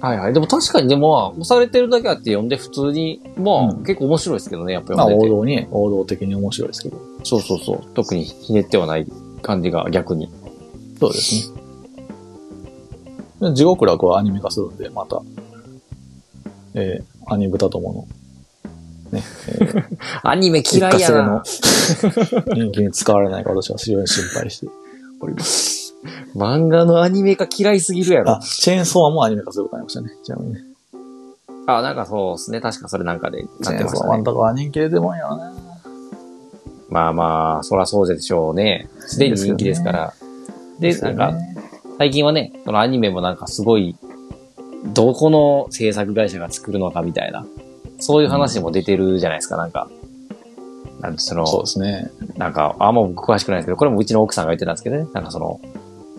[SPEAKER 3] はいはい。でも確かにでも、押されてるだけあって読んで普通に、まあ、
[SPEAKER 2] うん
[SPEAKER 3] 結構面白いですけどね、やっぱ
[SPEAKER 2] まあ、
[SPEAKER 3] 読ん
[SPEAKER 2] 王
[SPEAKER 3] でて。
[SPEAKER 2] 道に、王道的に面白いですけど。
[SPEAKER 3] そうそうそう。特にひねってはない感じが逆に。
[SPEAKER 2] そうですね。で地獄楽はアニメ化するんで、また、えー、アニブタともの、ね、えー
[SPEAKER 3] アニメ嫌いやな。
[SPEAKER 2] 人気に使われないか私は非常に心配して。
[SPEAKER 3] 漫画のアニメが嫌いすぎるやろ。
[SPEAKER 2] あ、チェーンソーマンもアニメ化することになりましたね。ちなみにね。
[SPEAKER 3] あ、なんかそうですね。確かそれなんかで
[SPEAKER 2] チ
[SPEAKER 3] なっ
[SPEAKER 2] ェ
[SPEAKER 3] て
[SPEAKER 2] ーン
[SPEAKER 3] まし
[SPEAKER 2] ソー
[SPEAKER 3] た
[SPEAKER 2] マン
[SPEAKER 3] ね。
[SPEAKER 2] とかは人気出てもんやろね。
[SPEAKER 3] まあまあ、そらそうでしょうね。すでに人気ですから。で、なんか、最近はね、そのアニメもなんかすごい、どこの制作会社が作るのかみたいな、そういう話も出てるじゃないですか、なんか。なんてその、
[SPEAKER 2] そうですね。
[SPEAKER 3] なんか、あんま僕詳しくないですけど、これもうちの奥さんが言ってたんですけどね、なんかその、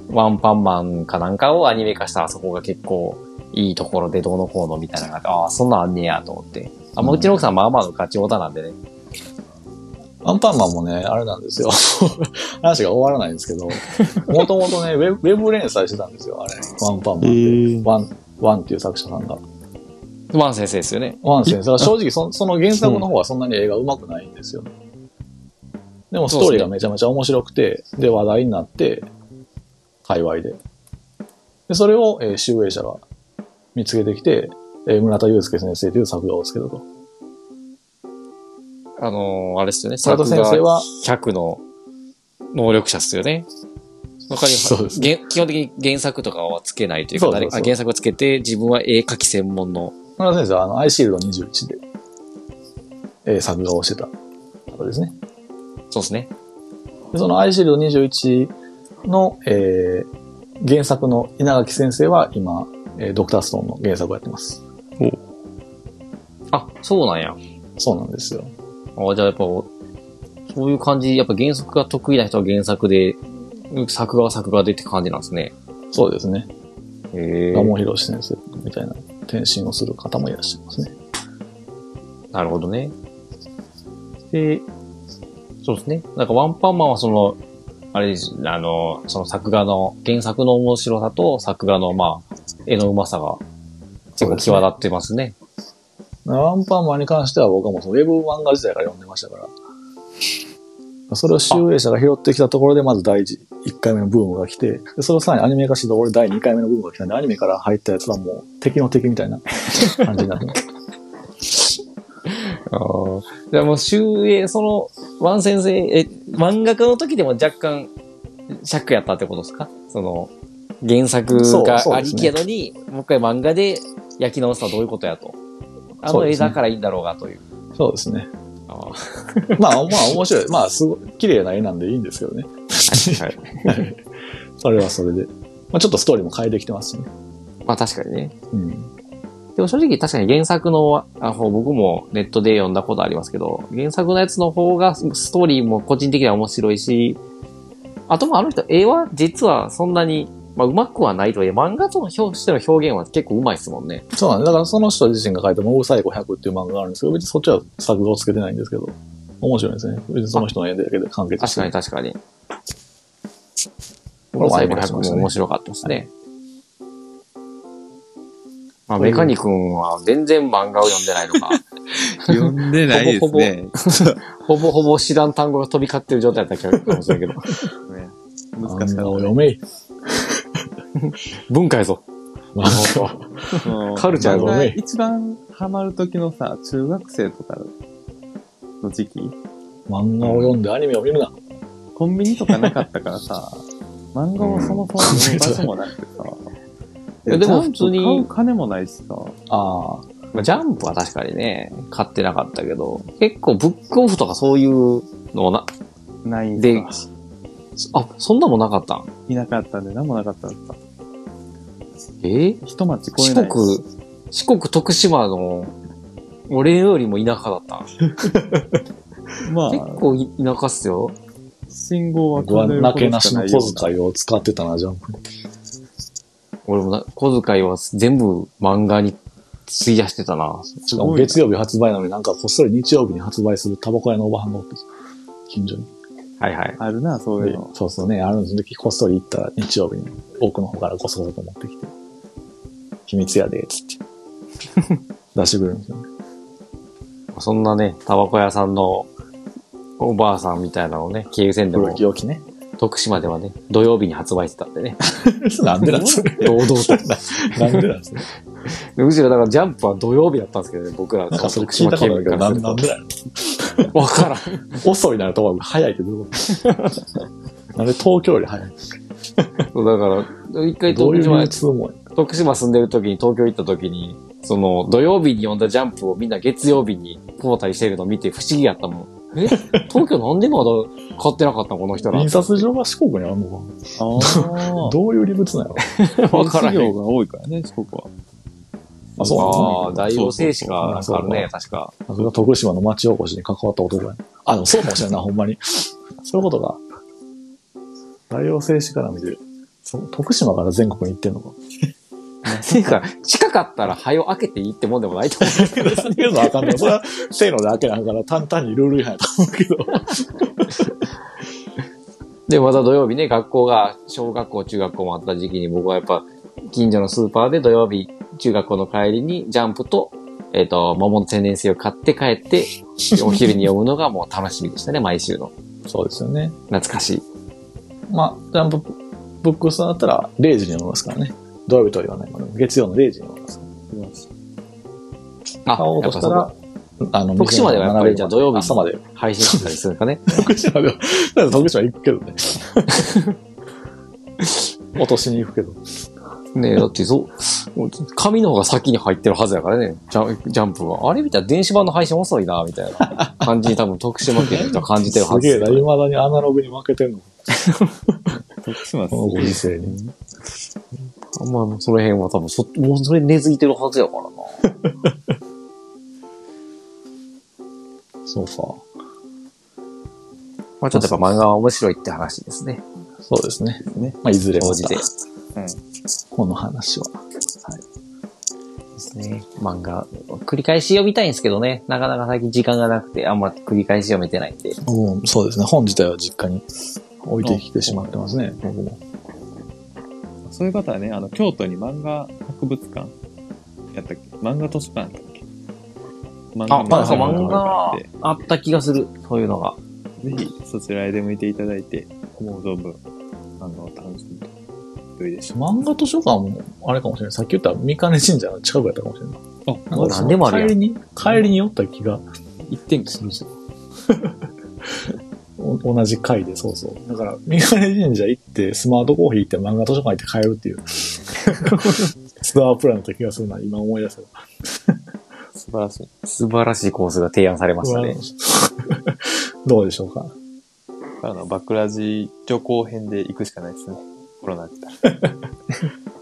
[SPEAKER 3] ワンパンマンかなんかをアニメ化したあそこが結構いいところでどうのこうのみたいなのがあってああ、そんなんあんねやと思って。あ、まあ、うちの奥さんまあまあのガチオタなんでね。
[SPEAKER 2] アンパンマンもね、あれなんですよ。 話が終わらないんですけど、もともとねウェブ、ウェブ連載してたんですよ、あれ。ワンパンマンで。ワン、ワンっていう作者さんが。
[SPEAKER 3] ワン先生ですよね。
[SPEAKER 2] ワン先生が正直そその原作の方はそんなに映画上手くないんですよ、ね。でもストーリーがめちゃめちゃ面白くて、で話題になって、界隈で。で、それを、えー、集英社が見つけてきて、えー村田祐介先生という作画をつけたと。
[SPEAKER 3] あのーあれですよね、
[SPEAKER 2] 村田先生は、
[SPEAKER 3] 100の能力者っすよね。わかります。
[SPEAKER 2] そうです
[SPEAKER 3] 原基本的に原作とかはつけないというか、
[SPEAKER 2] そうそうそう
[SPEAKER 3] 誰あ原作をつけて、自分は絵描き専門の。
[SPEAKER 2] 村田先生はあの、アイシールド21で、えー作画をしてた方ですね。
[SPEAKER 3] そうですね。
[SPEAKER 2] でそのアイシールド21の、えー原作の稲垣先生は今、えードクターストーンの原作をやってます。
[SPEAKER 3] あ、そうなんや。
[SPEAKER 2] そうなんですよ。
[SPEAKER 3] あじゃあやっぱ、そういう感じ、やっぱ原作が得意な人は原作で、作画は作画でって感じなんですね。
[SPEAKER 2] そうですね。
[SPEAKER 3] へえ
[SPEAKER 2] 蒲。生博士先生みたいな転身をする方もいらっしゃいますね。
[SPEAKER 3] なるほどね。で、そうですね。なんかワンパンマンはその、あれです、あの、その作画の、原作の面白さと作画の、まあ、絵のうまさが結構際立ってますね。
[SPEAKER 2] アンパンマンに関しては僕はもうそのウェブ漫画自体から読んでましたから。それを集英社が拾ってきたところで、まず第一1回目のブームが来て、でそれをさらにアニメ化して、俺第2回目のブームが来たんで、アニメから入ったやつはもう敵の敵みたいな感じになっ てます。
[SPEAKER 3] ああ。じゃあもう、終英、その、ワン先生、え、漫画家の時でも若干、尺やったってことですかその、原作
[SPEAKER 2] そう
[SPEAKER 3] が
[SPEAKER 2] そう
[SPEAKER 3] あ
[SPEAKER 2] で
[SPEAKER 3] り
[SPEAKER 2] す
[SPEAKER 3] き
[SPEAKER 2] ね
[SPEAKER 3] やのに、もう一回漫画で焼き直すのはどういうことやと。あ
[SPEAKER 2] そ
[SPEAKER 3] の
[SPEAKER 2] うで
[SPEAKER 3] 絵
[SPEAKER 2] すね
[SPEAKER 3] だからいいんだろうがという。
[SPEAKER 2] そうですね。
[SPEAKER 3] ああ。
[SPEAKER 2] まあまあ面白い。まあすごい、綺麗な絵なんでいいんですけどね。
[SPEAKER 3] はい。
[SPEAKER 2] それはそれで。まあちょっとストーリーも変えてきてますしね。
[SPEAKER 3] まあ確かにね。
[SPEAKER 2] うん。
[SPEAKER 3] でも正直確かに原作のあ方、僕もネットで読んだことありますけど、原作のやつの方がストーリーも個人的には面白いし、あともあの人、絵は実はそんなに、まあ上手くはないとはいえ、漫画との表しての表現は結構上手いですもんね。
[SPEAKER 2] そうなんです。だからその人自身が書いたモブサイコ100っていう漫画があるんですけど、別にそっちは作画をつけてないんですけど、面白いですね。別にその人の絵だけで完結し
[SPEAKER 3] 確
[SPEAKER 2] て
[SPEAKER 3] か
[SPEAKER 2] る
[SPEAKER 3] に確かに。
[SPEAKER 2] これもア
[SPEAKER 3] 最
[SPEAKER 2] ニ
[SPEAKER 3] 後
[SPEAKER 2] メ化し
[SPEAKER 3] 100
[SPEAKER 2] まし
[SPEAKER 3] も
[SPEAKER 2] たね
[SPEAKER 3] 面白かったですね。まあ、メカニ君は全然漫画を読んでないのか、
[SPEAKER 4] 読んでないですね。
[SPEAKER 3] ほぼほぼ知らん単語が飛び交ってる状態だったかもしれんけど。
[SPEAKER 4] ね
[SPEAKER 2] 難
[SPEAKER 4] 難
[SPEAKER 2] し
[SPEAKER 4] し
[SPEAKER 2] か
[SPEAKER 4] か
[SPEAKER 2] った。漫画を
[SPEAKER 4] っ
[SPEAKER 2] 読めい。
[SPEAKER 3] 文化やぞ。
[SPEAKER 2] 漫画を。
[SPEAKER 4] たもう。
[SPEAKER 3] カルチャーが
[SPEAKER 4] 漫画
[SPEAKER 2] 多い
[SPEAKER 4] 一番ハマる時のさ、中学生とかの時期、
[SPEAKER 2] 漫画を読んでアニメを見るな。
[SPEAKER 4] コンビニとかなかったから さ、漫画もそもそも買う場所もなくてさ。
[SPEAKER 3] いやでも普通に
[SPEAKER 4] ちゃんと買う金もないしさ。
[SPEAKER 2] ああ。
[SPEAKER 3] まあ、ジャンプは確かにね、買ってなかったけど、結構ブックオフとかそういうのな、
[SPEAKER 4] ないん
[SPEAKER 3] で
[SPEAKER 4] か。、
[SPEAKER 3] あ、そんなもんなかったん
[SPEAKER 4] いなかったんで、何もなかったんだ。
[SPEAKER 3] えー
[SPEAKER 5] 一町超え
[SPEAKER 3] 四
[SPEAKER 5] ない。
[SPEAKER 3] 国、四国徳島の、俺よりも田舎だった。
[SPEAKER 5] ま
[SPEAKER 3] 結
[SPEAKER 5] あ、
[SPEAKER 3] 構い田舎っすよ。
[SPEAKER 5] 信号は
[SPEAKER 2] 僕は
[SPEAKER 5] 数える
[SPEAKER 2] な
[SPEAKER 5] ほ
[SPEAKER 2] けな
[SPEAKER 5] ど
[SPEAKER 2] し
[SPEAKER 5] しか
[SPEAKER 2] の
[SPEAKER 5] ないよう
[SPEAKER 2] 小遣いを使ってたな、ジャンプ。
[SPEAKER 3] 俺もな小遣いは全部漫画に費やしてたな。
[SPEAKER 2] しかも月曜日発売なのになんかこっそり日曜日に発売するタバコ屋のおばはんがおって、近所に。
[SPEAKER 3] はいはい。
[SPEAKER 5] な。あるな、そういうの。
[SPEAKER 2] そうそうね、あるんですよ。こっそり行ったら日曜日に奥の方からこそこそと持ってきて、秘密やで、つって。出してくれるんですよね。
[SPEAKER 3] そんなね、タバコ屋さんのおばあさんみたいなのをね、経由線で
[SPEAKER 2] 古
[SPEAKER 3] も
[SPEAKER 2] き良きね。
[SPEAKER 3] 徳島ではね、土曜日に発売してたんでね。
[SPEAKER 2] なんでなんそれ。
[SPEAKER 3] 堂々と。
[SPEAKER 2] なんでなんそれ。
[SPEAKER 3] むしろだからジャンプは土曜日だったんですけどね、僕ら
[SPEAKER 2] なんかそれ
[SPEAKER 3] 徳
[SPEAKER 2] 聞い
[SPEAKER 3] 島
[SPEAKER 2] たこ
[SPEAKER 3] 県
[SPEAKER 2] とあるけ
[SPEAKER 3] 民か
[SPEAKER 2] ど、な
[SPEAKER 3] ら
[SPEAKER 2] ん
[SPEAKER 3] する
[SPEAKER 2] なん
[SPEAKER 3] と。
[SPEAKER 2] でなん
[SPEAKER 3] わからん。
[SPEAKER 2] 遅いならとは早い ってどういうことなんで東京より早い
[SPEAKER 3] そうだから、一回
[SPEAKER 2] どうい
[SPEAKER 3] 徳
[SPEAKER 2] う
[SPEAKER 3] 島
[SPEAKER 2] 流通もんや
[SPEAKER 3] 徳島住んでる時に東京行った時に、その土曜日に読んだジャンプをみんな月曜日に交代してるのを見て不思議やったもん。え東京なんでまだ買ってなかったんこの人ら。
[SPEAKER 2] 印刷所が四国にあるのか
[SPEAKER 5] あ
[SPEAKER 2] な どういう理物なの
[SPEAKER 5] あ。
[SPEAKER 3] わからへん
[SPEAKER 5] 製紙業が多いからね、四国は。
[SPEAKER 2] あ、そう
[SPEAKER 3] あ
[SPEAKER 2] な
[SPEAKER 3] あ、
[SPEAKER 2] んですね。
[SPEAKER 3] 大王製紙か、なんかあるね、
[SPEAKER 2] そ
[SPEAKER 3] 確か。
[SPEAKER 2] それが徳島の町おこしに関わった男や。あ、でもそうかもしれんな、 ほんまに。そういうことか。大王製紙から見てる。そ徳島から全国に行ってんのか。
[SPEAKER 3] ていうか、近かったら灰を開けていいってもんでもないと思 う。
[SPEAKER 2] 何言うのあかんのそれは、せーので開けなんから、単々にルール違反やと思うけど。
[SPEAKER 3] で、また土曜日ね、学校が、小学校、中学校もあった時期に僕はやっぱ、近所のスーパーで土曜日、中学校の帰りにジャンプと、えっ、と、桃の天然水を買って帰って、お昼に読むのがもう楽しみでしたね、毎週の。
[SPEAKER 2] そうですよね。
[SPEAKER 3] 懐かしい。
[SPEAKER 2] まあ、ジャンプブックスだったら0時に読みますからね。土曜日とは言わないから、月曜の0時に読みます。
[SPEAKER 3] あ
[SPEAKER 2] 買おうとした
[SPEAKER 3] やっ
[SPEAKER 2] ら、あの、
[SPEAKER 3] 徳島ではやっぱりじゃあ土曜日に
[SPEAKER 2] 朝まで。
[SPEAKER 3] ぱそう配信してたりするんかね。
[SPEAKER 2] 徳島では、 だって徳島行くけど ね。落としに行くけど。
[SPEAKER 3] ねえ、だってそう、もう紙の方が先に入ってるはずやからね、ジャンジャンプは。あれみたいな電子版の配信遅いな、みたいな感じに多分徳島県の人は感じてるは
[SPEAKER 2] す
[SPEAKER 3] ず
[SPEAKER 2] げえ
[SPEAKER 3] や
[SPEAKER 2] な、未だにアナログに負けてんの。
[SPEAKER 5] 徳島す
[SPEAKER 2] この
[SPEAKER 5] ご
[SPEAKER 2] ご
[SPEAKER 5] い。
[SPEAKER 2] 時世に。
[SPEAKER 3] あんまあその辺は多分そ、もうそれ根付いてるはずやからな。
[SPEAKER 2] そうか。
[SPEAKER 3] まあちょっとやっぱ漫画は面白いって話ですね。
[SPEAKER 2] そうですね。まあ、いずれま
[SPEAKER 3] 応じ
[SPEAKER 2] た
[SPEAKER 3] て。、
[SPEAKER 2] この話は。
[SPEAKER 3] ですね。漫画、繰り返し読みたいんですけどね、なかなか最近時間がなくて、あんま繰り返し読めてないんで。
[SPEAKER 2] もうそうですね。本自体は実家に置いてきてしまってますね。僕も。
[SPEAKER 5] そういう方はね、あの、京都に漫画博物館やったっけ漫画図書館やったっけ漫
[SPEAKER 3] あ、なんか
[SPEAKER 2] そう
[SPEAKER 3] 漫
[SPEAKER 5] が
[SPEAKER 3] 画あった気がする、そういうのが。
[SPEAKER 5] ぜひそちらへ出向いていただいて、思う存分、あの、楽しむと良いでしょ
[SPEAKER 2] 漫画図書館も、あれかもしれない。さっき言った三金神社の近くやったかもしれない。
[SPEAKER 5] う。あ、
[SPEAKER 2] なんか
[SPEAKER 3] 何でもあるやん
[SPEAKER 2] 帰りに、帰りに寄った気が、
[SPEAKER 5] 行ってみて。
[SPEAKER 2] お同じ回で、そうそう。だから、三金神社行って、スマートコーヒー行って漫画図書館行って帰るっていう、 ツアープランだった気がするな、今思い出せば。
[SPEAKER 5] 素晴らしい。
[SPEAKER 3] 素晴らしいコースが提案されましたね。
[SPEAKER 2] どうでしょうか。
[SPEAKER 5] あの、バクラジ旅行編で行くしかないですね。コロナ来たら。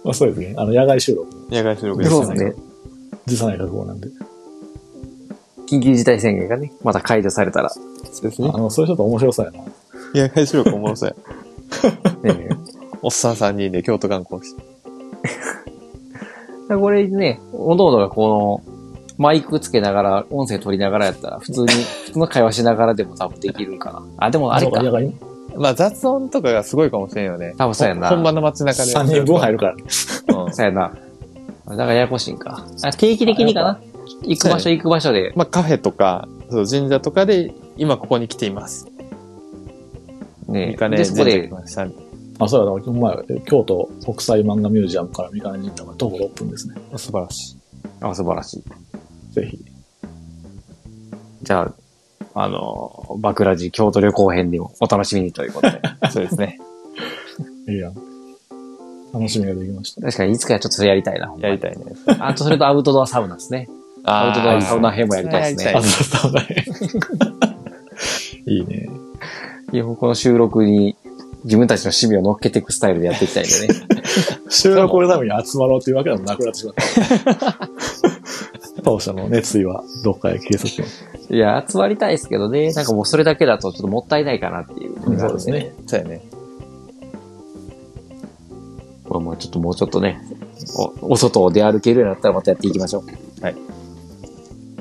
[SPEAKER 2] まあそうですね。あの、野外収録、
[SPEAKER 5] 野外収録
[SPEAKER 3] そう
[SPEAKER 5] し
[SPEAKER 3] で
[SPEAKER 5] た
[SPEAKER 3] すね。
[SPEAKER 2] 時差ない覚悟なんで。
[SPEAKER 3] 緊急事態宣言がね、また解除されたら。
[SPEAKER 5] そうです
[SPEAKER 2] あ
[SPEAKER 5] ね。
[SPEAKER 2] の、それちょっと面白そうやな。
[SPEAKER 5] 野外収録おもろそうや。
[SPEAKER 3] ね
[SPEAKER 5] おっさん3人で京都観光して。
[SPEAKER 3] これね、おのおのがこの、マイクつけながら、音声取りながらやったら、普通に、普通の会話しながらでも多分できるんかな。あ、でもあれ
[SPEAKER 2] そう
[SPEAKER 3] か
[SPEAKER 2] 野。外、
[SPEAKER 5] まあ雑音とかがすごいかもしれんよね。
[SPEAKER 3] 多分そうやな
[SPEAKER 5] ほんまの街中で。
[SPEAKER 2] 3人分入るから。
[SPEAKER 5] うん
[SPEAKER 3] そうやな。だからややこしいんか。あ定期的にかな。行く場所行く場所で。
[SPEAKER 5] まあカフェとか、そう神社とかで、今ここに来ています。
[SPEAKER 3] ね
[SPEAKER 5] 三金
[SPEAKER 3] で、そこ
[SPEAKER 5] 神社来
[SPEAKER 3] で、
[SPEAKER 5] ました。
[SPEAKER 2] あ、そうやな、この前、京都国際漫画ミュージアムから三金神社まで徒歩6分ですね。
[SPEAKER 5] 素晴らしい。
[SPEAKER 3] あ、素晴らしい。
[SPEAKER 2] ぜひ。
[SPEAKER 3] じゃあ、あの、バクラジ京都旅行編でもお楽しみにということで。
[SPEAKER 5] そうですね。
[SPEAKER 2] いいやん。楽しみができました。
[SPEAKER 3] 確かにいつかちょっとそれやりたいな。
[SPEAKER 5] やりたいね。
[SPEAKER 3] あとそれとアウトドアサウナですね。アウトドアサウナ編もやりたいですね
[SPEAKER 5] や
[SPEAKER 2] あ、
[SPEAKER 5] りたい
[SPEAKER 2] そうだね。 いいね。
[SPEAKER 3] いやこの収録に自分たちの趣味を乗っけていくスタイルでやっていきたいんでね。
[SPEAKER 2] 収録のために集まろうというわけでもなくなってしまった。 当初の熱意はどっかへ計測に。
[SPEAKER 3] いや、集まりたいですけどね。なんかもうそれだけだとちょっともったいないかなっていう、
[SPEAKER 2] そうですね。
[SPEAKER 4] そうやね。
[SPEAKER 3] まあまあちょっともうちょっとね、おお外を出歩けるようになったらまたやっていきましょう。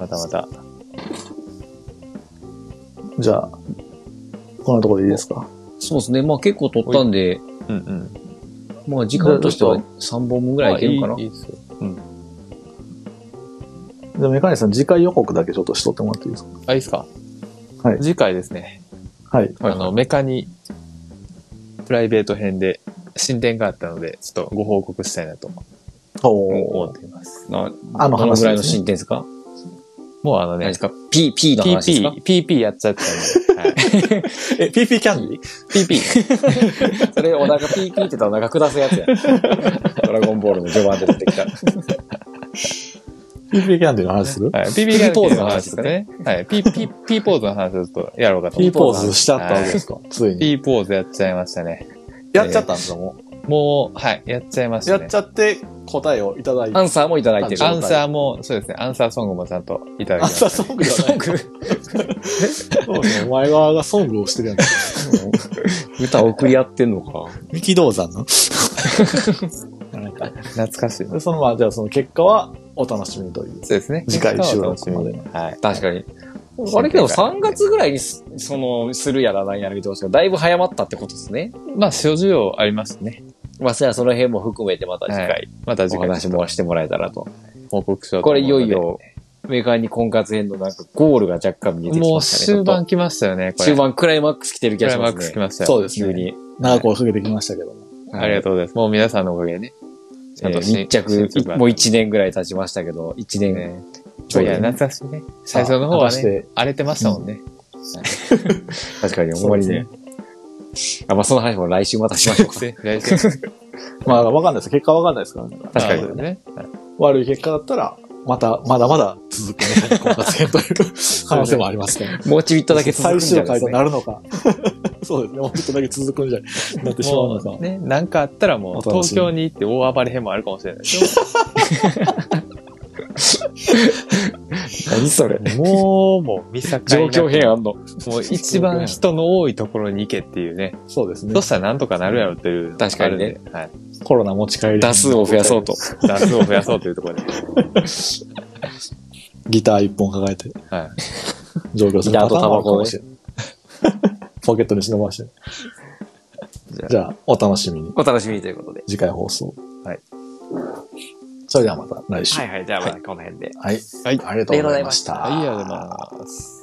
[SPEAKER 4] またまた。
[SPEAKER 2] じゃあ、こんなところでいいですか
[SPEAKER 3] そうですね。まあ結構撮ったんで、
[SPEAKER 4] うんうん。
[SPEAKER 3] まあ時間としては3本分ぐらいいけるかな。
[SPEAKER 4] いいっすよ。
[SPEAKER 2] じゃあ、メカニさん、次回予告だけちょっとしとってもらっていいですか
[SPEAKER 4] あ、いいっすか
[SPEAKER 2] はい
[SPEAKER 4] 次回ですね。
[SPEAKER 2] はい。
[SPEAKER 4] あの、メカニ、プライベート編で進展があったので、ちょっとご報告したいなと
[SPEAKER 2] お
[SPEAKER 4] 思っています。
[SPEAKER 3] な
[SPEAKER 2] あの
[SPEAKER 3] どの
[SPEAKER 2] 話
[SPEAKER 3] ぐらいの
[SPEAKER 2] ですね、
[SPEAKER 3] 進展ですか
[SPEAKER 4] もうあの
[SPEAKER 3] 何
[SPEAKER 4] ね
[SPEAKER 3] です、か ?P、P の話ですか
[SPEAKER 4] PP、PP やっちゃったんで、はい。
[SPEAKER 2] え、PP キャンディ
[SPEAKER 4] PP。
[SPEAKER 3] それお腹ピーピーってたらお腹下すやつや。 ドラゴンボールの序盤で出てき た。
[SPEAKER 2] ?PP キャンディの話する
[SPEAKER 4] はい。PP が
[SPEAKER 3] ポーズ
[SPEAKER 4] の
[SPEAKER 3] の
[SPEAKER 4] 話
[SPEAKER 3] 話
[SPEAKER 4] で
[SPEAKER 3] ですす
[SPEAKER 4] か
[SPEAKER 3] か
[SPEAKER 4] ね。はい。P、P、P ポーズの話をちょっとやろうかと思
[SPEAKER 2] ?P
[SPEAKER 4] って。
[SPEAKER 2] ポーズしちゃったわけですかついに。
[SPEAKER 4] P ポーズやっちゃいましたね。
[SPEAKER 2] やっちゃったんですかも
[SPEAKER 4] もう、はい、やっちゃいまし
[SPEAKER 2] う。
[SPEAKER 4] た
[SPEAKER 2] や
[SPEAKER 4] ね
[SPEAKER 2] っち。ゃって答えをいただいて。
[SPEAKER 3] アンサーもいただいてる。
[SPEAKER 4] アンサーも、そうですね、アンサーソングもちゃんといただき
[SPEAKER 2] ア
[SPEAKER 4] ま
[SPEAKER 2] ンサー
[SPEAKER 4] し
[SPEAKER 2] ソングじゃない。そうですねお前側がソングを してるやん。
[SPEAKER 3] 歌送り合ってんのか。
[SPEAKER 2] 三木道山の
[SPEAKER 4] た。懐かしいな。
[SPEAKER 2] でそのまあ、じゃあその結果はお楽しみという。
[SPEAKER 4] そうですね。
[SPEAKER 2] 次回収録
[SPEAKER 4] 楽しみに。はい。
[SPEAKER 3] 確かに。あれけど3月ぐらいにす、その、するやらないやら見てますけど、だいぶ早まったってことですね。
[SPEAKER 4] まあ、諸需要ありますね。
[SPEAKER 3] まあ、それはその辺も含めてまた次
[SPEAKER 4] は
[SPEAKER 3] 回
[SPEAKER 4] い。また
[SPEAKER 3] お
[SPEAKER 4] 次回、
[SPEAKER 3] 話もしてもらえたらと。
[SPEAKER 4] 報告しようと
[SPEAKER 3] こ
[SPEAKER 4] 思
[SPEAKER 3] れ
[SPEAKER 4] う
[SPEAKER 3] い
[SPEAKER 4] の
[SPEAKER 3] よ
[SPEAKER 4] で
[SPEAKER 3] い。よ、メーカーに婚活編のなんかゴールが若干見えてき
[SPEAKER 4] もう
[SPEAKER 3] ましたね。
[SPEAKER 4] 終盤来ましたよね、これ。
[SPEAKER 3] 終盤クライマックス来てる気
[SPEAKER 4] ク
[SPEAKER 3] が
[SPEAKER 4] ラ
[SPEAKER 3] し
[SPEAKER 4] イマ
[SPEAKER 3] ま
[SPEAKER 4] ッ
[SPEAKER 3] す
[SPEAKER 4] ク
[SPEAKER 3] ね。
[SPEAKER 4] ス来ましたよ。
[SPEAKER 2] そうです
[SPEAKER 3] 急
[SPEAKER 2] ね。
[SPEAKER 3] に。
[SPEAKER 2] 長く追いかけてきましたけども。
[SPEAKER 4] ありがとうございます。もう皆さんのおかげでね。ちゃんと
[SPEAKER 3] えー
[SPEAKER 4] し
[SPEAKER 3] 密着
[SPEAKER 4] 進、捗が
[SPEAKER 3] もう1年ぐらい経ちましたけど、1年、
[SPEAKER 4] ね。い
[SPEAKER 2] そう
[SPEAKER 4] や、
[SPEAKER 2] ですね
[SPEAKER 4] 懐かしいね。最初の方は
[SPEAKER 2] さあ果た
[SPEAKER 4] ね
[SPEAKER 2] して、
[SPEAKER 4] 荒れてましたもんね。
[SPEAKER 3] 確かに、ほんまにね。あ、まあ、その話も来週またしましょう か。
[SPEAKER 4] で来週
[SPEAKER 2] まあ、わかんないです。結果わかんないですからね。
[SPEAKER 3] 確か
[SPEAKER 4] まあ
[SPEAKER 3] に。
[SPEAKER 4] ね。
[SPEAKER 2] 悪い結果だったら、また、まだまだ続くね、婚活編という可能性もありますね。
[SPEAKER 3] もうちびっとだけ続くん
[SPEAKER 2] 最
[SPEAKER 3] じゃ
[SPEAKER 2] 終
[SPEAKER 3] ないで
[SPEAKER 2] 回
[SPEAKER 3] す
[SPEAKER 2] と
[SPEAKER 3] か、
[SPEAKER 2] なるのか。そうですね。もうちょっとだけ続くんじゃないなってしまうのか
[SPEAKER 4] も。ね、なんかあったらもう、
[SPEAKER 2] お楽
[SPEAKER 4] 東
[SPEAKER 2] しみに
[SPEAKER 4] 京に行って大暴れ編もあるかもしれない ですよ。
[SPEAKER 3] 何それ。
[SPEAKER 4] もう、もう、見境なく
[SPEAKER 3] 状況変あんの。
[SPEAKER 4] もう一番人の多いところに行けっていうね。
[SPEAKER 2] そうですね
[SPEAKER 4] そ。したらなんとかなるやろっていう。
[SPEAKER 3] 確かにね。
[SPEAKER 4] はい。
[SPEAKER 2] コロナ持ち帰り。
[SPEAKER 3] 打数を増 やそうと。
[SPEAKER 4] 打数を増やそうというところで。
[SPEAKER 2] ギター一本抱えて、
[SPEAKER 4] はい。
[SPEAKER 2] 上京す
[SPEAKER 3] ギ
[SPEAKER 2] る
[SPEAKER 3] ター
[SPEAKER 2] パター
[SPEAKER 3] と
[SPEAKER 2] ン
[SPEAKER 3] タ
[SPEAKER 2] もあ
[SPEAKER 3] バ
[SPEAKER 2] るか
[SPEAKER 3] コを
[SPEAKER 2] も
[SPEAKER 3] ね
[SPEAKER 2] しれない。 ポケットに忍ばして。じゃあ、お楽しみに。
[SPEAKER 3] お楽しみにということで。
[SPEAKER 2] 次回放送。
[SPEAKER 4] はい。
[SPEAKER 2] それではまた来週。
[SPEAKER 3] はいはい、じゃあまあこの辺で。
[SPEAKER 2] はい。
[SPEAKER 4] はい
[SPEAKER 2] ありがとうございました。
[SPEAKER 4] はい、ありがとうございます。